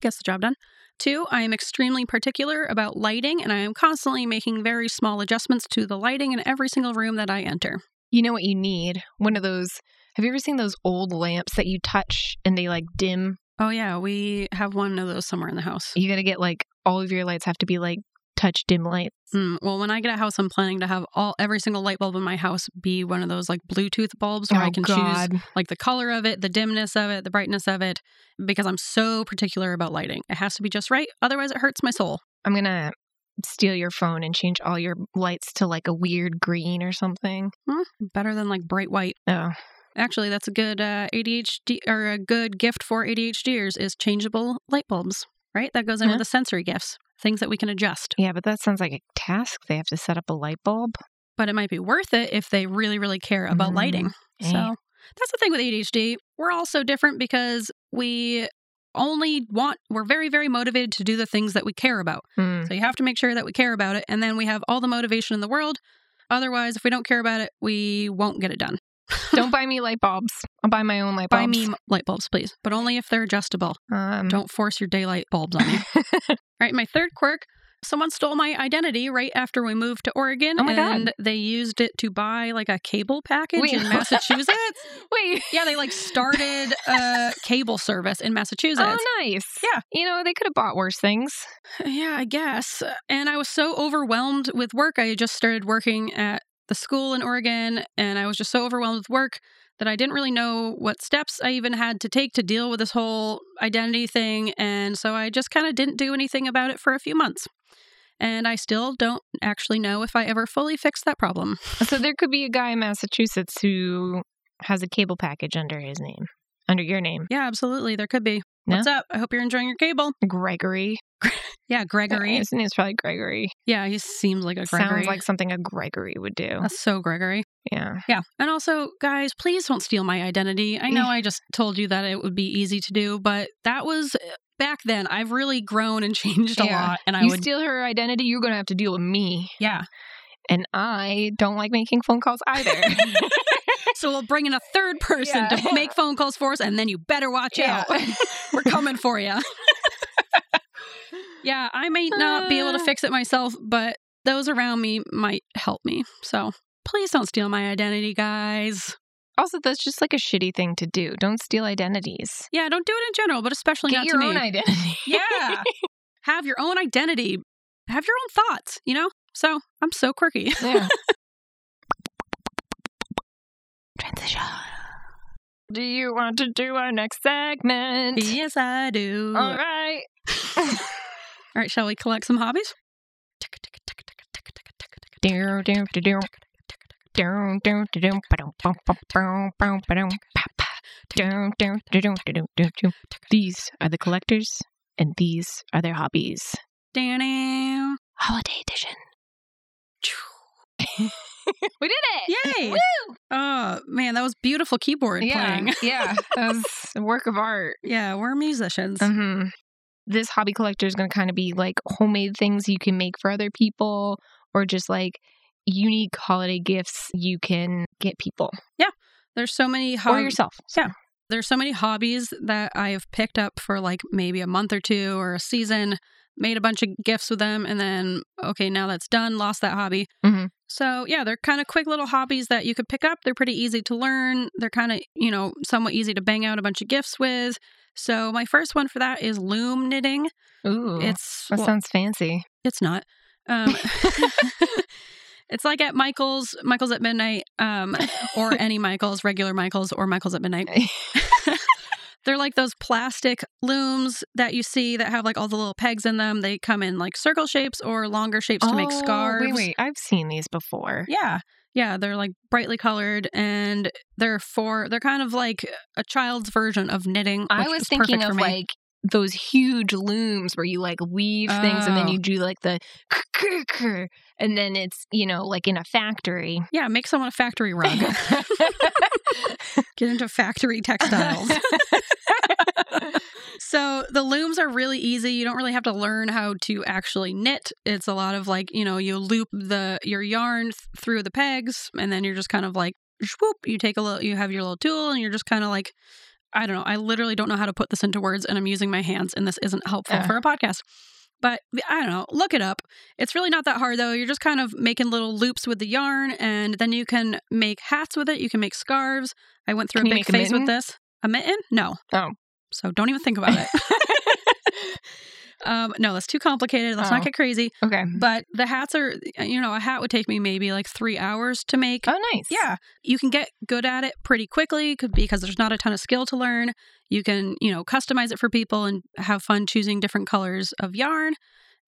S2: Gets the job done. Two, I am extremely particular about lighting and I am constantly making very small adjustments to the lighting in every single room that I enter.
S3: You know what you need? One of those. Have you ever seen those old lamps that you touch and they like dim?
S2: Oh yeah, we have one of those somewhere in the house.
S3: You got to get like all of your lights have to be like touch dim light.
S2: Mm, well, when I get a house, I'm planning to have all every single light bulb in my house be one of those like Bluetooth bulbs
S3: Oh,
S2: where Oh, I can choose like the color of it, the dimness of it, the brightness of it, because I'm so particular about lighting. It has to be just right, otherwise it hurts my soul.
S3: I'm going to steal your phone and change all your lights to like a weird green or something.
S2: Hmm, Better than like bright white.
S3: Oh,
S2: Actually, that's a good uh, ADHD or a good gift for ADHDers is changeable light bulbs, right? That goes in with
S3: Yeah.
S2: the sensory gifts, things that we can adjust.
S3: yeah, but that sounds like a task. They have to set up a light bulb.
S2: But it might be worth it if they really, really care about
S3: Mm,
S2: lighting.
S3: yeah.
S2: So that's the thing with ADHD. We're all so different because we only want, we're very, very motivated to do the things that we care about.
S3: Hmm.
S2: So you have to make sure that we care about it. And then we have all the motivation in the world. Otherwise, if we don't care about it, we won't get it done.
S3: Don't buy me light bulbs. I'll buy my own light bulbs.
S2: Buy me light bulbs, please, but only if they're adjustable.
S3: Um,
S2: Don't force your daylight bulbs on me. right, my third quirk someone stole my identity right after we moved to Oregon
S3: Oh my God.
S2: and they used it to buy like a cable package
S3: Wait.
S2: in Massachusetts.
S3: Wait.
S2: yeah, they like started a cable service in Massachusetts.
S3: Oh, nice.
S2: Yeah.
S3: You know, they could have bought worse things.
S2: Yeah, I guess. And I was so overwhelmed with work. I had just started working at the school in Oregon, and I was just so overwhelmed with work that I didn't really know what steps I even had to take to deal with this whole identity thing. And so I just kind of didn't do anything about it for a few months. And I still don't actually know if I ever fully fixed that problem.
S3: So there could be a guy in Massachusetts who has a cable package under his name, under your name,
S2: Yeah, absolutely. There could be.
S3: No?
S2: What's up? I hope you're enjoying your cable.
S3: Gregory.
S2: Yeah, Gregory.
S3: His name's probably Gregory.
S2: Yeah, he seems like a Gregory.
S3: Sounds like something a Gregory would do.
S2: That's so Gregory.
S3: Yeah.
S2: Yeah. And also, guys, please don't steal my identity. I know
S3: Yeah.
S2: I just told you that it would be easy to do, but that was eh, back then. I've really grown and changed a
S3: Yeah.
S2: lot. And I
S3: you
S2: would,
S3: steal her identity, you're going to have to deal with me.
S2: yeah.
S3: And I don't like making phone calls either.
S2: So we'll bring in a third person
S3: Yeah.
S2: to make phone calls for us, and then you better watch
S3: Yeah.
S2: out. We're coming for you. yeah. I may not be able to
S3: Ah.
S2: fix it myself, but those around me might help me. So please don't steal my identity, guys.
S3: also, that's just like a shitty thing to do. Don't steal identities.
S2: Yeah. Don't do it in general, but especially
S3: Get
S2: not
S3: your
S2: to me.
S3: own identity.
S2: Yeah. have your own identity. Have your own thoughts, you know? So I'm so quirky.
S3: Yeah. Transition. Do you want to do our next segment?
S2: yes, I do.
S3: All right.
S2: All right, shall we collect some hobbies?
S3: Down, down, down, down. Down, down, down, down. Ba-dum, bum, bum, bum, bum, ba-dum, pa, pa. Down, down, down, down, down, down, down. These are the collectors, and these are their hobbies.
S2: Down.
S3: Holiday edition. we did it!
S2: Yay! Oh man, that was beautiful keyboard playing.
S3: yeah. That was a work of art.
S2: Yeah, we're musicians.
S3: hmm This hobby collector is going to kind of be like homemade things you can make for other people or just like unique holiday gifts you can get people
S2: There's so many
S3: or
S2: hobbies.
S3: yourself.
S2: yeah. There's so many hobbies that I have picked up for like maybe a month or two or a season, made a bunch of gifts with them, and then, okay, now that's done, lost that hobby.
S3: Mhm.
S2: So, yeah, they're kind of quick little hobbies that you could pick up. They're pretty easy to learn. They're kind of, you know, somewhat easy to bang out a bunch of gifts with. So, my first one for that is loom knitting.
S3: Ooh.
S2: It's,
S3: that
S2: well,
S3: sounds fancy.
S2: it's not. Um, it's like at Michael's, Michael's at midnight, um, or any Michael's, regular Michael's, or Michael's at midnight. They're like those plastic looms that you see that have like all the little pegs in them. They come in like circle shapes or longer shapes to make
S3: Oh,
S2: scarves.
S3: Wait, wait. I've seen these before.
S2: Yeah. Yeah, they're like brightly colored and they're for they're kind of like a child's version of knitting. Which
S3: I was
S2: is perfect
S3: thinking
S2: for
S3: of
S2: me.
S3: like those huge looms where you like weave things and then
S2: Oh.
S3: you do like the and then it's, you know, like in a factory.
S2: Yeah, make someone a factory rug. Get into factory textiles. So the looms are really easy. You don't really have to learn how to actually knit. It's a lot of like, you know, you loop the your yarn th- through the pegs and then you're just kind of like swoop, you take a little you have your little tool and you're just kind of like I don't know. I literally don't know how to put this into words and I'm using my hands and this isn't helpful
S3: Uh.
S2: for a podcast. But I don't know. Look it up. It's really not that hard though. You're just kind of making little loops with the yarn and then you can make hats with it. You can make scarves. I went through
S3: Can
S2: a
S3: you
S2: big
S3: make a
S2: phase with
S3: mitten?
S2: this. A mitten? No.
S3: Oh.
S2: So don't even think about it. Um, no, that's too complicated. Let's
S3: Oh.
S2: not get crazy.
S3: okay.
S2: But the hats are, you know, a hat would take me maybe like three hours to make.
S3: Oh, nice.
S2: Yeah, you can get good at it pretty quickly 'cause- because there's not a ton of skill to learn. You can, you know, customize it for people and have fun choosing different colors of yarn.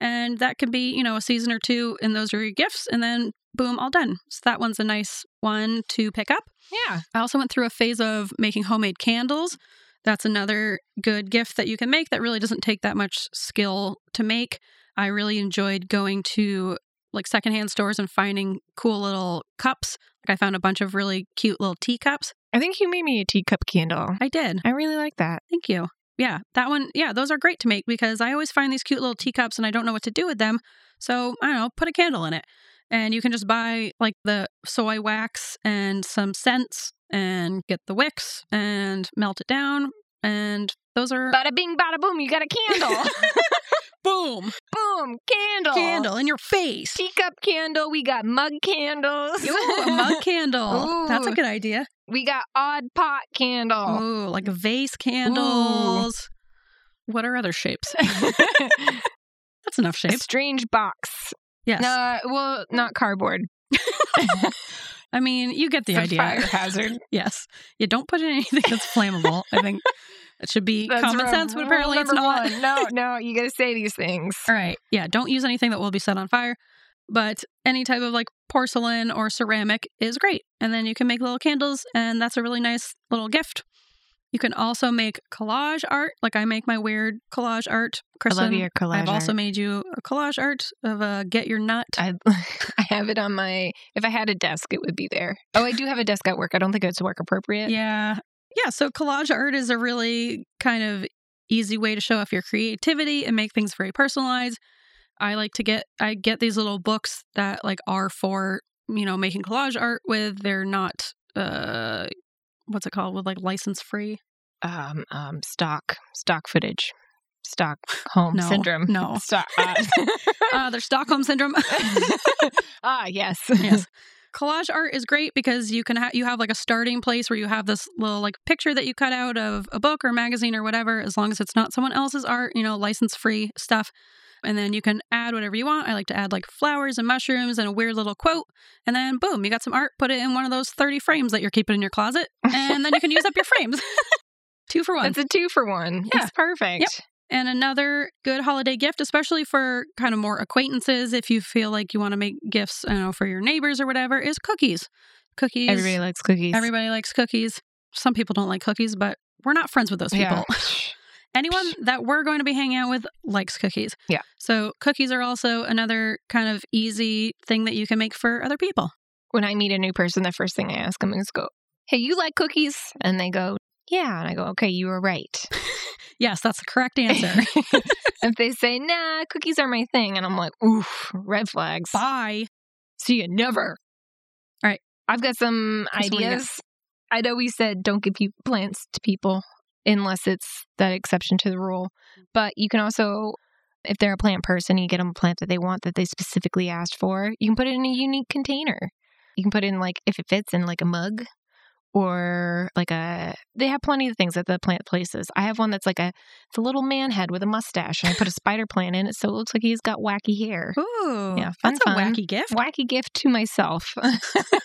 S2: And that can be, you know, a season or two, and those are your gifts. And then boom, all done. So that one's a nice one to pick up.
S3: Yeah.
S2: I also went through a phase of making homemade candles. That's another good gift that you can make that really doesn't take that much skill to make. I really enjoyed going to like secondhand stores and finding cool little cups. Like I found a bunch of really cute little teacups.
S3: I think you made me a teacup candle.
S2: I did.
S3: I really like that.
S2: Thank you. Yeah, that one. Yeah, those are great to make because I always find these cute little teacups and I don't know what to do with them. So I don't know, put a candle in it. And you can just buy like the soy wax and some scents and get the wicks and melt it down. And those are
S3: Bada bing, bada boom, you got a candle.
S2: boom,
S3: boom, candle.
S2: candle in your face.
S3: Teacup candle. We got mug candles.
S2: Ooh, a mug candle. That's a
S3: Ooh.
S2: good idea.
S3: We got odd pot candle.
S2: Ooh, like vase candles. What are other shapes? That's enough
S3: a
S2: shapes.
S3: strange box.
S2: Yes.
S3: Uh, well, not cardboard.
S2: I mean, you get the
S3: For
S2: idea.
S3: Fire hazard.
S2: Yes. You don't put in anything that's flammable. I think it should be
S3: That's
S2: common
S3: ru-
S2: sense, but
S3: rule
S2: apparently it's
S3: number
S2: not.
S3: one. No, no, you got to say these things.
S2: All right. Yeah. Don't use anything that will be set on fire, but any type of like porcelain or ceramic is great. And then you can make little candles, and that's a really nice little gift. You can also make collage art. Like I make my weird collage art. Kristen,
S3: collage.
S2: I've also made you a collage art of a get your nut.
S3: I, I have it on my. If I had a desk, it would be there. Oh, I do have a desk at work. I don't think it's work appropriate.
S2: Yeah. Yeah. So collage art is a really kind of easy way to show off your creativity and make things very personalized. I like to get I get these little books that like are for, you know, making collage art with. They're not uh what's it called? With like license free.
S3: Um, um, stock, stock footage, stock home
S2: No.
S3: syndrome.
S2: No.
S3: Stock. Uh,
S2: Uh they're Stockholm syndrome.
S3: ah, yes.
S2: yes. Collage art is great because you can ha- you have like a starting place where you have this little like picture that you cut out of a book or magazine or whatever, as long as it's not someone else's art, you know, license free stuff. And then you can add whatever you want. I like to add like flowers and mushrooms and a weird little quote. And then boom, you got some art. Put it in one of those 30 frames that you're keeping in your closet. And then you can use up your frames. Two for one.
S3: That's a two for one.
S2: Yeah.
S3: It's perfect.
S2: Yep. And another good holiday gift, especially for kind of more acquaintances, if you feel like you want to make gifts I don't know, for your neighbors or whatever, is cookies. Cookies.
S3: Everybody likes cookies.
S2: everybody likes cookies. Some people don't like cookies, but we're not friends with those people.
S3: Yeah.
S2: Anyone that we're going to be hanging out with likes cookies.
S3: Yeah.
S2: So cookies are also another kind of easy thing that you can make for other people.
S3: when I meet a new person, the first thing I ask them is, "Go, hey, you like cookies?" And they go, "Yeah." And I go, "Okay, you were right."
S2: Yes, that's the correct answer.
S3: if they say, "Nah, cookies are my thing," and I'm like, "Oof, red flags."
S2: Bye.
S3: See you never.
S2: All right.
S3: I've got some
S2: Kristen, what do you got?
S3: ideas. I know we said don't give you plants to people unless it's that exception to the rule, but you can also. If they're a plant person, you get them a plant that they want that they specifically asked for. You can put it in a unique container. You can put in like if it fits in like a mug or like a they have plenty of things at the plant places. I have one that's like a it's a little man head with a mustache and I put a spider plant in it so it looks like he's got wacky hair.
S2: Ooh.
S3: Yeah, fun,
S2: that's a
S3: fun.
S2: wacky gift.
S3: Wacky gift to myself.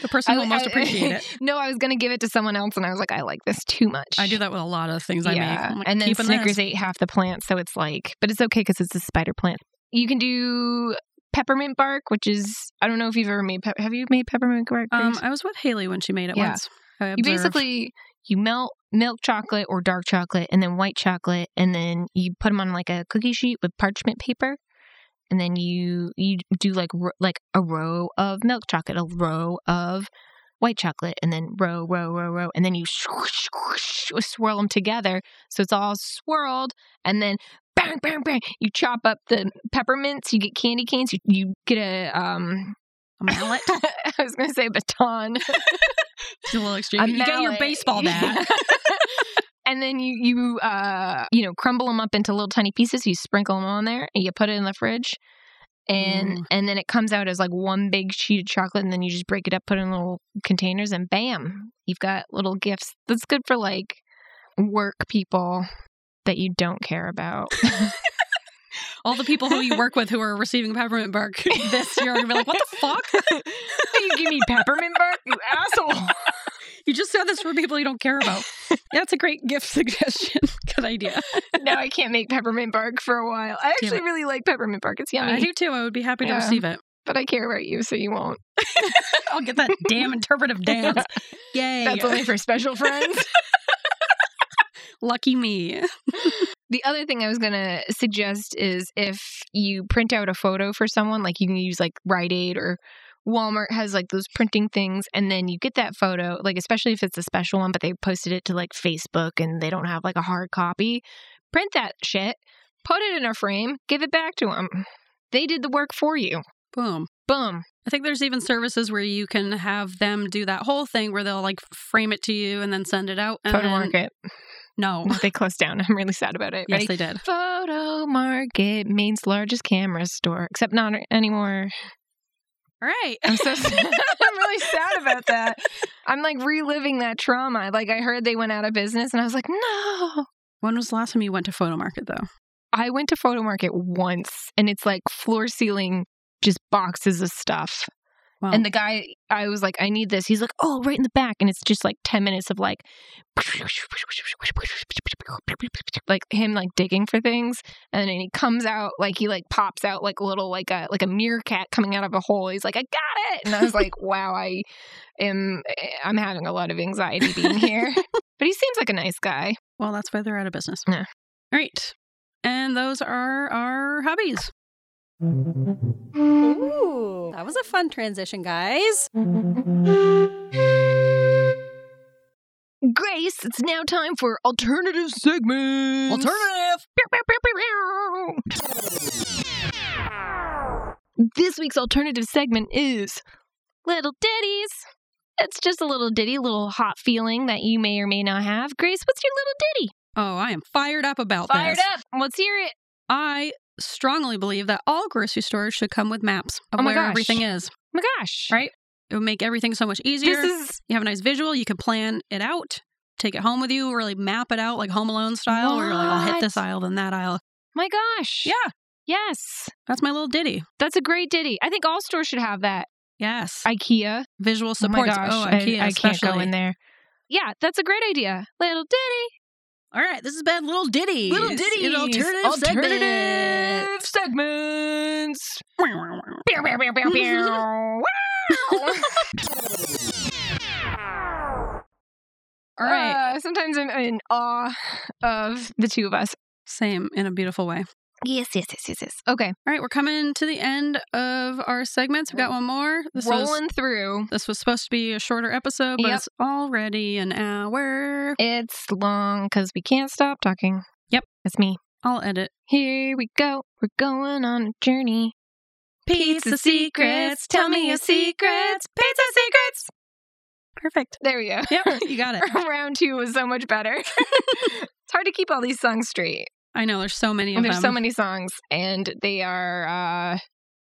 S2: The person who will most appreciate it.
S3: No, I was going to give it to someone else, and I was like, I like this too much.
S2: I do that with a lot of things I make.
S3: Yeah,
S2: I'm like,
S3: and then
S2: keeping
S3: Snickers
S2: this.
S3: ate half the plant, so it's like, but it's okay because it's a spider plant. You can do peppermint bark, which is I don't know if you've ever made. Pep- have you made peppermint bark?
S2: Um,
S3: Grace?
S2: I was with Haley when she made it
S3: Yeah.
S2: once. I
S3: you
S2: observed.
S3: basically you melt milk chocolate or dark chocolate, and then white chocolate, and then you put them on like a cookie sheet with parchment paper. And then you you do like ro- like a row of milk chocolate, a row of white chocolate and then row, row, row, row, and then you swoosh, swoosh, swirl them together. So it's all swirled, and then bang, bang, bang. You chop up the peppermints. You get candy canes. You, you get a um.
S2: a mallet,
S3: I was gonna say baton.
S2: It's a little extreme.
S3: A
S2: you get your
S3: mallet.
S2: baseball bat.
S3: and then you you uh you know crumble them up into little tiny pieces. You sprinkle them on there, and you put it in the fridge. And
S2: Ooh.
S3: and then it comes out as like one big sheet of chocolate, and then you just break it up, put it in little containers, and bam, you've got little gifts. That's good for like work people that you don't care about.
S2: All the people who you work with who are receiving peppermint bark this year are gonna be like, "What the fuck?
S3: you give me peppermint bark, you asshole.
S2: You just said this for people you don't care about." That's a great gift suggestion. Good idea.
S3: no, I can't make peppermint bark for a while. I
S2: Damn
S3: actually really like peppermint bark. It's yummy,
S2: I do too. I would be happy to
S3: Yeah.
S2: receive it.
S3: but I care about you, so you won't.
S2: I'll get that damn interpretive dance. Yay!
S3: That's only for special friends.
S2: Lucky me.
S3: the other thing I was going to suggest is if you print out a photo for someone, like you can use like Rite Aid or Walmart has like those printing things, and then you get that photo, like especially if it's a special one, but they posted it to like Facebook and they don't have like a hard copy. Print that shit, put it in a frame, give it back to them. They did the work for you.
S2: Boom.
S3: Boom.
S2: I think there's even services where you can have them do that whole thing where they'll like frame it to you and then send it out. And
S3: Photo
S2: then-
S3: market.
S2: No.
S3: They closed down. I'm really sad about it.
S2: Yes,
S3: Ready?
S2: they did.
S3: Photo Market, Maine's largest camera store, except not anymore.
S2: All right.
S3: I'm so I'm really sad about that. I'm like reliving that trauma. Like I heard they went out of business and I was like, "No."
S2: When was the last time you went to Photo Market though?
S3: I went to Photo Market once and it's like floor ceiling just boxes of stuff.
S2: Well,
S3: And the guy, I was like, I need this. He's like, oh, right in the back. And it's just like 10 minutes of like, like him like digging for things. And then he comes out, like he like pops out like a little, like a, like a meerkat coming out of a hole. He's like, I got it. And I was like, wow, I am, I'm having a lot of anxiety being here. but he seems like a nice guy.
S2: well, that's why they're out of business.
S3: Yeah.
S2: All right. And those are our hobbies.
S4: Ooh, that was a fun transition, guys.
S3: Grace, it's now time for alternative segments.
S4: Alternative.
S3: This week's alternative segment is Little Ditties. It's just a little ditty, little hot feeling that you may or may not have. Grace, what's your little ditty?
S2: Oh, I am fired up about this.
S3: up. Let's hear it.
S2: I strongly believe that all grocery stores should come with maps of
S3: Oh my
S2: where
S3: gosh.
S2: everything is.
S3: my gosh.
S2: Right? It would make everything so much easier.
S3: This is
S2: you have a nice visual. You can plan it out, take it home with you, really map it out like Home Alone style, where you're like, I'll hit
S3: What?
S2: this aisle, then that aisle.
S3: my gosh.
S2: Yeah,
S3: Yes.
S2: that's my little ditty.
S3: That's a great ditty. I think all stores should have that.
S2: Yes,
S3: IKEA.
S2: visual
S3: Oh my
S2: supports.
S3: gosh.
S2: oh,
S3: I-
S2: IKEA
S3: I, can't
S2: especially.
S3: go in there. Yeah, that's a great idea. Little ditty.
S2: All right, this has been little ditty.
S3: Little ditties.
S2: Alternative, segment.
S3: Alternative segments. Pew, pew, pew, pew, pew.
S2: All right,
S3: Uh, sometimes I'm in awe of the two of us.
S2: same in a beautiful way.
S3: Yes, yes, yes, yes, yes. Okay,
S2: All right, we're coming to the end of our segments. We got one more. This was
S3: rolling through.
S2: this was supposed to be a shorter episode, but
S3: Yep.
S2: it's already an hour.
S3: It's long because we can't stop talking.
S2: Yep.
S3: that's me.
S2: I'll edit.
S3: Here we go. We're going on a journey.
S2: Pizza secrets. Tell me your secrets.
S3: Pizza secrets.
S2: Perfect.
S3: There we go.
S2: Yep, you got it.
S3: Round two was so much better. it's hard to keep all these songs straight.
S2: I know there's so many of
S3: There's
S2: them.
S3: so many songs, and they are uh,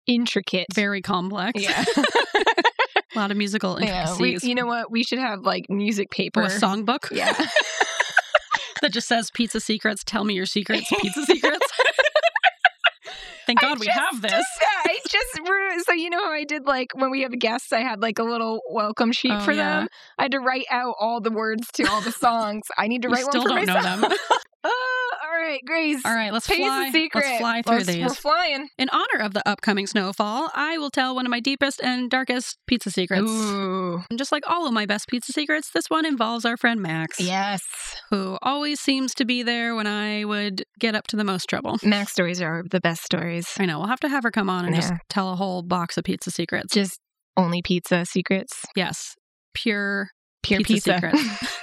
S3: intricate.
S2: very complex.
S3: yeah.
S2: a lot of musical
S3: yeah. We,
S2: intricacies.
S3: you know what? We should have like music paper.
S2: or a songbook
S3: Yeah.
S2: that just says pizza secrets, tell me your secrets, pizza secrets. Thank
S3: I
S2: God we
S3: just
S2: have
S3: did
S2: this.
S3: that. I just ru- so you know how I did like when we have guests, I had like a little welcome sheet
S2: Oh,
S3: for
S2: yeah.
S3: them. I had to write out all the words to all the songs. I need to
S2: You
S3: write
S2: still
S3: one for
S2: don't know
S3: myself.
S2: them.
S3: oh, all right, Grace.
S2: All right, let's
S3: Pay us
S2: fly.
S3: a secret.
S2: Let's fly through
S3: Let's- We're
S2: these.
S3: flying.
S2: In honor of the upcoming snowfall, I will tell one of my deepest and darkest pizza secrets.
S3: Ooh.
S2: And just like all of my best pizza secrets, this one involves our friend Max,
S3: Yes.
S2: who always seems to be there when I would get up to the most trouble.
S3: Max stories are the best stories.
S2: I know. We'll have to have her come on and just
S3: Yeah.
S2: tell a whole box of pizza secrets.
S3: Just only pizza secrets.
S2: yes. Pure
S3: Pure
S2: Pizza
S3: pizza.
S2: secrets.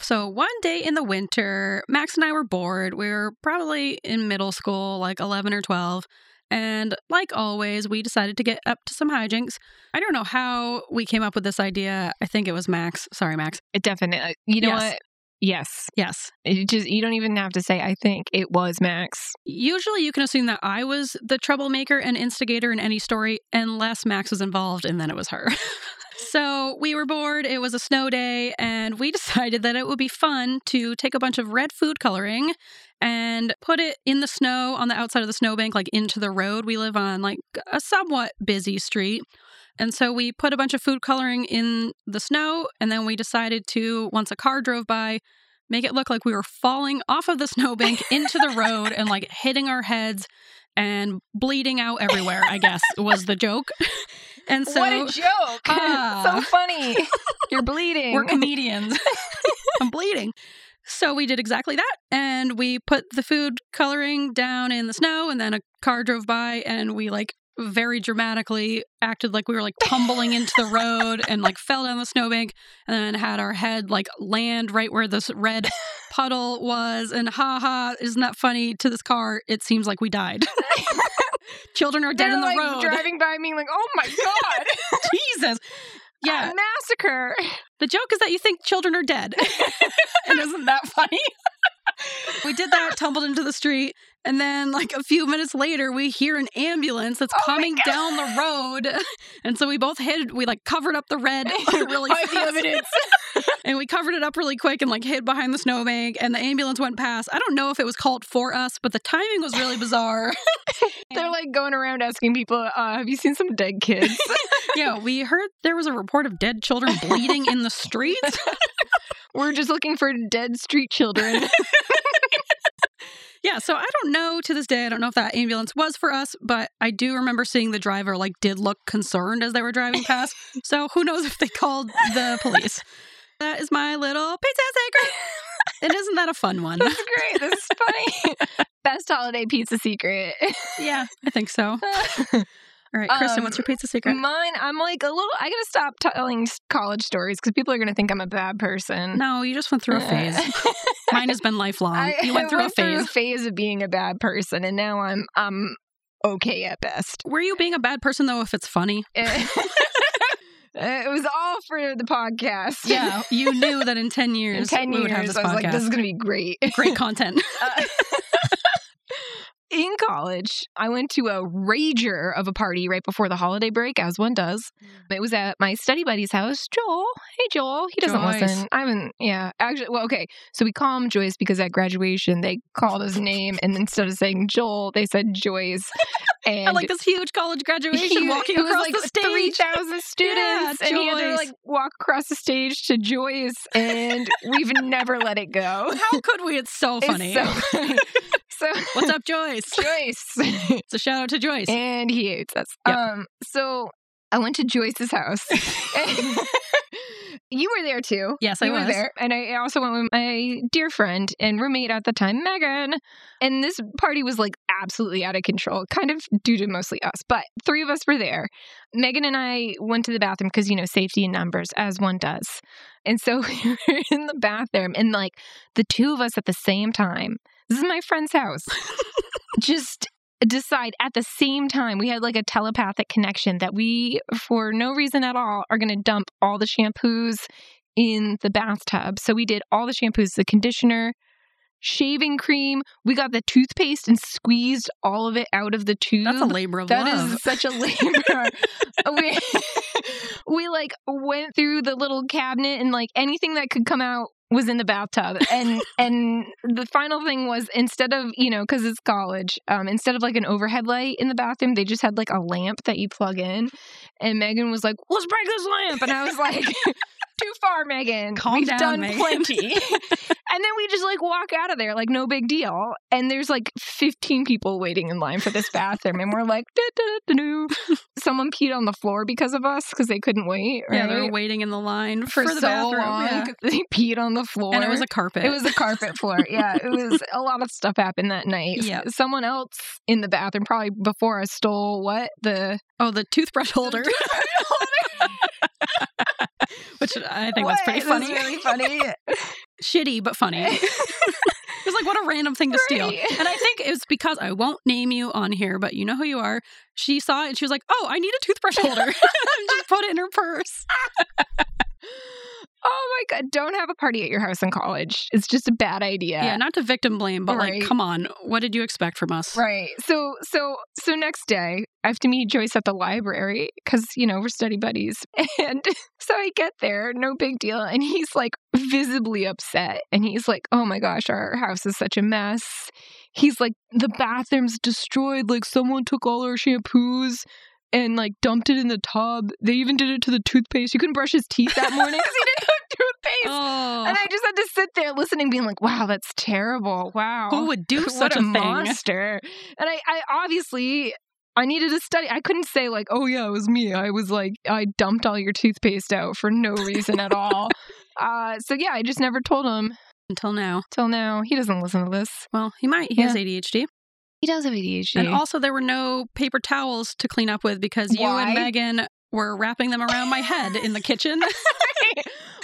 S2: So one day in the winter, Max and I were bored. We were probably in middle school, like 11 or 12. And like always, we decided to get up to some hijinks. I don't know how we came up with this idea. I think it was Max. Sorry, Max.
S3: it definitely. You know
S2: Yes.
S3: what? Yes.
S2: Yes.
S3: It just you don't even have to say I think it was Max.
S2: Usually you can assume that I was the troublemaker and instigator in any story unless Max was involved and then it was her. so we were bored. It was a snow day and we decided that it would be fun to take a bunch of red food coloring and put it in the snow on the outside of the snowbank, like into the road. We live on like a somewhat busy street. And so we put a bunch of food coloring in the snow. And then we decided to, once a car drove by, make it look like we were falling off of the snowbank into the road and like hitting our heads and bleeding out everywhere, I guess was the joke. And so
S3: what a joke!
S2: Ah.
S3: so funny. You're bleeding.
S2: we're comedians. I'm bleeding. So we did exactly that. And we put the food coloring down in the snow, and then a car drove by and we like very dramatically acted like we were like tumbling into the road and like fell down the snowbank and then had our head like land right where this red puddle was and ha ha isn't that funny to this car it seems like we died children are dead
S3: They're
S2: in the
S3: like
S2: road
S3: driving by me, like, oh my god,
S2: jesus yeah
S3: a massacre.
S2: the joke is that you think children are dead and isn't that funny we did that tumbled into the street and then like a few minutes later we hear an ambulance that's
S3: Oh my
S2: coming
S3: God.
S2: down the road and so we both hid we like covered up the red really
S3: Hide the
S2: fast.
S3: evidence.
S2: and we covered it up really quick and like hid behind the snowbank and the ambulance went past i don't know if it was called for us but the timing was really bizarre
S3: They're like going around asking people, uh, "Have you seen some dead kids?"
S2: yeah we heard there was a report of dead children bleeding in the streets
S3: We're just looking for dead street children.
S2: Yeah, so I don't know to this day. I don't know if that ambulance was for us, but I do remember seeing the driver like did look concerned as they were driving past. so who knows if they called the police. That is my little pizza secret. and isn't that a fun one?
S3: That's great. This is funny. Best holiday pizza secret.
S2: yeah, I think so. All right, Kristen,
S3: Um,
S2: what's your pizza secret?
S3: Mine, I'm like a little. I gotta stop telling s- college stories because people are gonna think I'm a bad person. Uh,
S2: No, you just went through a phase. Mine has been lifelong.
S3: I,
S2: you went
S3: I
S2: through a phase.
S3: through phase of being a bad person, and now I'm I'm okay at best.
S2: Were you being a bad person though if it's funny?
S3: It, it was all for the podcast.
S2: you knew that in 10 years
S3: In 10
S2: we
S3: years,
S2: would
S3: I
S2: have
S3: was
S2: this podcast.
S3: like, this is going to be great.
S2: Great content.
S3: Uh, in college, I went to a rager of a party right before the holiday break, as one does.
S2: Mm.
S3: It was at my study buddy's house, Joel. Hey, Joel. He doesn't
S2: Joyce.
S3: listen. I haven't, yeah. Actually, well, okay. So we call him Joyce because at graduation, they called his name. And instead of saying Joel, they said Joyce. And
S2: I like this huge college graduation
S3: he-
S2: walking
S3: it was
S2: across
S3: like
S2: the stage.
S3: Three thousand students, and he had to
S2: Joyce.
S3: like walk across the stage to Joyce, and we've never let it go.
S2: How could we? It's so funny.
S3: It's so funny. so
S2: What's up, Joyce?
S3: Joyce,
S2: It's a shout out to Joyce.
S3: and he hates us.
S2: Yep.
S3: Um, so I went to Joyce's house. you were there too.
S2: yes, I
S3: You were
S2: was.
S3: there, and I also went with my dear friend and roommate at the time, Megan. And this party was like absolutely out of control, kind of due to mostly us, but three of us were there. Megan and I went to the bathroom because, you know, safety in numbers, as one does. And so we were in the bathroom, and like the two of us at the same time, this is my friend's house, just decide at the same time we had like a telepathic connection that we for no reason at all are going to dump all the shampoos in the bathtub so we did all the shampoos the conditioner shaving cream we got the toothpaste and squeezed all of it out of the tube
S2: That's a labor of
S3: Mm. That is
S2: love.
S3: such a labor we, we like went through the little cabinet and like anything that could come out was in the bathtub and and the final thing was instead of you know because it's college um instead of like an overhead light in the bathroom they just had like a lamp that you plug in and megan was like let's break this lamp and i was like too far megan
S2: Calm
S3: we've
S2: down,
S3: done
S2: Megan."
S3: plenty and then we just like walk out of there like no big deal and there's like 15 people waiting in line for this bathroom and we're like "Du-du-du-du-du." someone peed on the floor because of us because they couldn't wait right?
S2: Yeah, they were waiting in the line
S3: for,
S2: for, the
S3: so
S2: bathroom.
S3: long
S2: yeah.
S3: they peed on the floor
S2: And it was a carpet.
S3: it was a carpet floor. Yeah, it was a lot of stuff happened that night.
S2: Yeah.
S3: someone else in the bathroom, probably before us, stole what the
S2: oh, the toothbrush holder, which I think that's pretty
S3: What?
S2: funny.
S3: It was really funny.
S2: Shitty, but funny. It's like, what a random thing to steal.
S3: Right.
S2: And I think it's because I won't name you on here, but you know who you are. She saw it and she was like, oh, I need a toothbrush holder. and just put it in her purse.
S3: Oh my god! Don't have a party at your house in college. It's just a bad idea.
S2: Yeah, not to victim blame, but
S3: Right.
S2: like, come on, what did you expect from us?
S3: Right. So so so next day I have to meet Joyce at the library cuz you know we're study buddies. And so I get there, no big deal, and he's like visibly upset and he's like, "Oh my gosh, our house is such a mess." He's like, "The bathroom's destroyed, like someone took all our shampoos." And like dumped it in the tub. They even did it to the toothpaste. You couldn't brush his teeth that morning because he didn't have toothpaste.
S2: Oh,
S3: And I just had to sit there listening, being like, "Wow, that's terrible. Wow,
S2: who would do
S3: what
S2: such
S3: a,
S2: a, thing?
S3: monster. And I, I obviously I needed to study. I couldn't say like, oh yeah, it was me. I was like, I dumped all your toothpaste out for no reason at all. uh, so yeah, I just never told him
S2: Until now.
S3: till now. He doesn't listen to this.
S2: Well, he might. He has
S3: Yeah.
S2: ADHD.
S3: He does have ADHD.
S2: And also, there were no paper towels to clean up with because you
S3: Why?
S2: and Megan were wrapping them around my head in the kitchen.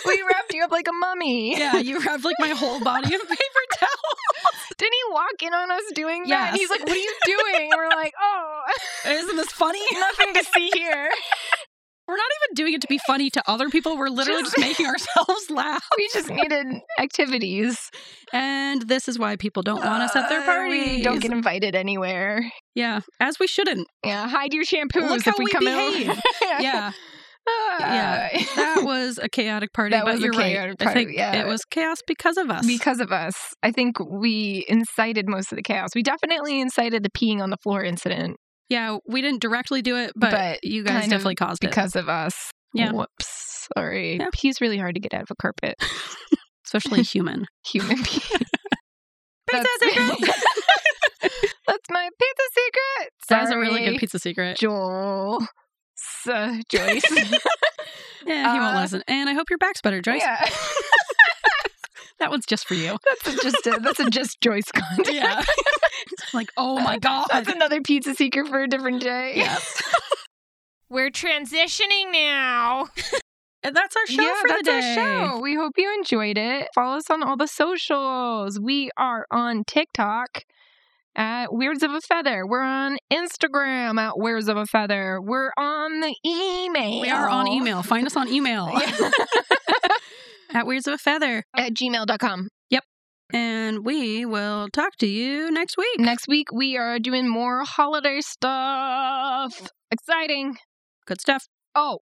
S3: we wrapped you up like a mummy.
S2: yeah, you wrapped like my whole body of paper towel.
S3: Didn't he walk in on us doing that? And he's
S2: Yes.
S3: like, "What are you doing?" And we're like, "Oh,
S2: Isn't this funny?
S3: nothing to see here."
S2: We're not even doing it to be funny to other people. We're literally
S3: Just-
S2: just making ourselves laugh.
S3: We just needed activities.
S2: And this is why people don't want us at their
S3: Uh, we
S2: parties.
S3: Don't get invited anywhere.
S2: yeah, as we shouldn't.
S3: Yeah, hide your shampoos
S2: Look
S3: if
S2: how
S3: we
S2: we
S3: come
S2: behave.
S3: over.
S2: Yeah,
S3: Ah.
S2: Yeah. that was a chaotic party.
S3: That
S2: but
S3: was a
S2: you're
S3: chaotic
S2: right. I
S3: party,
S2: think
S3: yeah.
S2: it was chaos because of us.
S3: because of us. I think we incited most of the chaos. We definitely incited the peeing on the floor incident
S2: yeah, we didn't directly do it, but,
S3: But
S2: you guys
S3: kind of
S2: definitely caused it.
S3: because of us.
S2: Yeah.
S3: Whoops. Sorry.
S2: Yeah.
S3: Pee's really hard to get out of a carpet.
S2: especially human.
S3: Human pee.
S2: Pizza secret.
S3: That's my pizza secret.
S2: That was a really
S3: Sorry,
S2: good pizza secret.
S3: Joel. So, Joyce.
S2: Yeah, he won't
S3: Uh,
S2: listen. And I hope your back's better, Joyce.
S3: yeah.
S2: That one's just for you.
S3: That's a just a, that's a just Joyce content.
S2: Yeah. like, oh my god.
S3: That's another pizza secret for a different day.
S2: Yes.
S5: We're transitioning now.
S2: And that's our show
S3: yeah,
S2: for
S3: that's
S2: the day.
S3: our show. We hope you enjoyed it. Follow us on all the socials. We are on TikTok at Weirds of a Feather. We're on Instagram at Weirds of a Feather. We're on the email.
S2: We are on email. Find us on email
S3: Yeah.
S2: at Weirds of a Feather.
S3: at gmail.com.
S2: And we will talk to you next week.
S3: Next week, we are doing more holiday stuff. Exciting.
S2: Good stuff.
S3: Oh,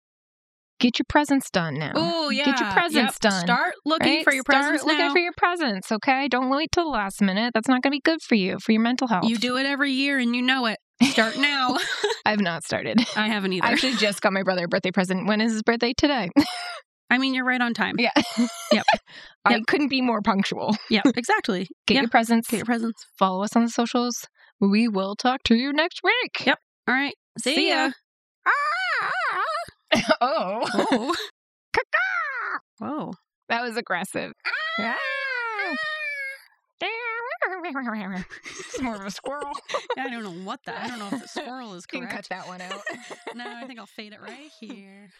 S3: get your presents done now.
S2: Oh, yeah.
S3: your presents
S2: Yep.
S3: done,
S2: Start looking
S3: Right?
S2: for your
S3: Start
S2: presents
S3: looking
S2: now.
S3: for your presents, okay? Don't wait till the last minute. That's not going to be good for you, for your mental health.
S2: you do it every year and you know it. Start now.
S3: I've not started.
S2: I haven't either.
S3: I actually just got my brother a birthday present. When is his birthday? Today.
S2: I mean, you're right on time.
S3: Yeah.
S2: Yep.
S3: I
S2: Yep.
S3: cououldn't be more punctual.
S2: Yeah, exactly.
S3: Get
S2: Yeah.
S3: your presents.
S2: Get your presents.
S3: Follow us on the socials. We will talk to you next week.
S2: Yep. All right. See,
S3: See ya.
S2: ya.
S3: Oh.
S2: Oh. Whoa.
S3: That was aggressive.
S2: Ah.
S3: it's more of a squirrel.
S2: Yeah, I don't know what that. I don't know if the squirrel is
S3: You can
S2: correct.
S3: cut that one out.
S2: No, I think I'll fade it right here.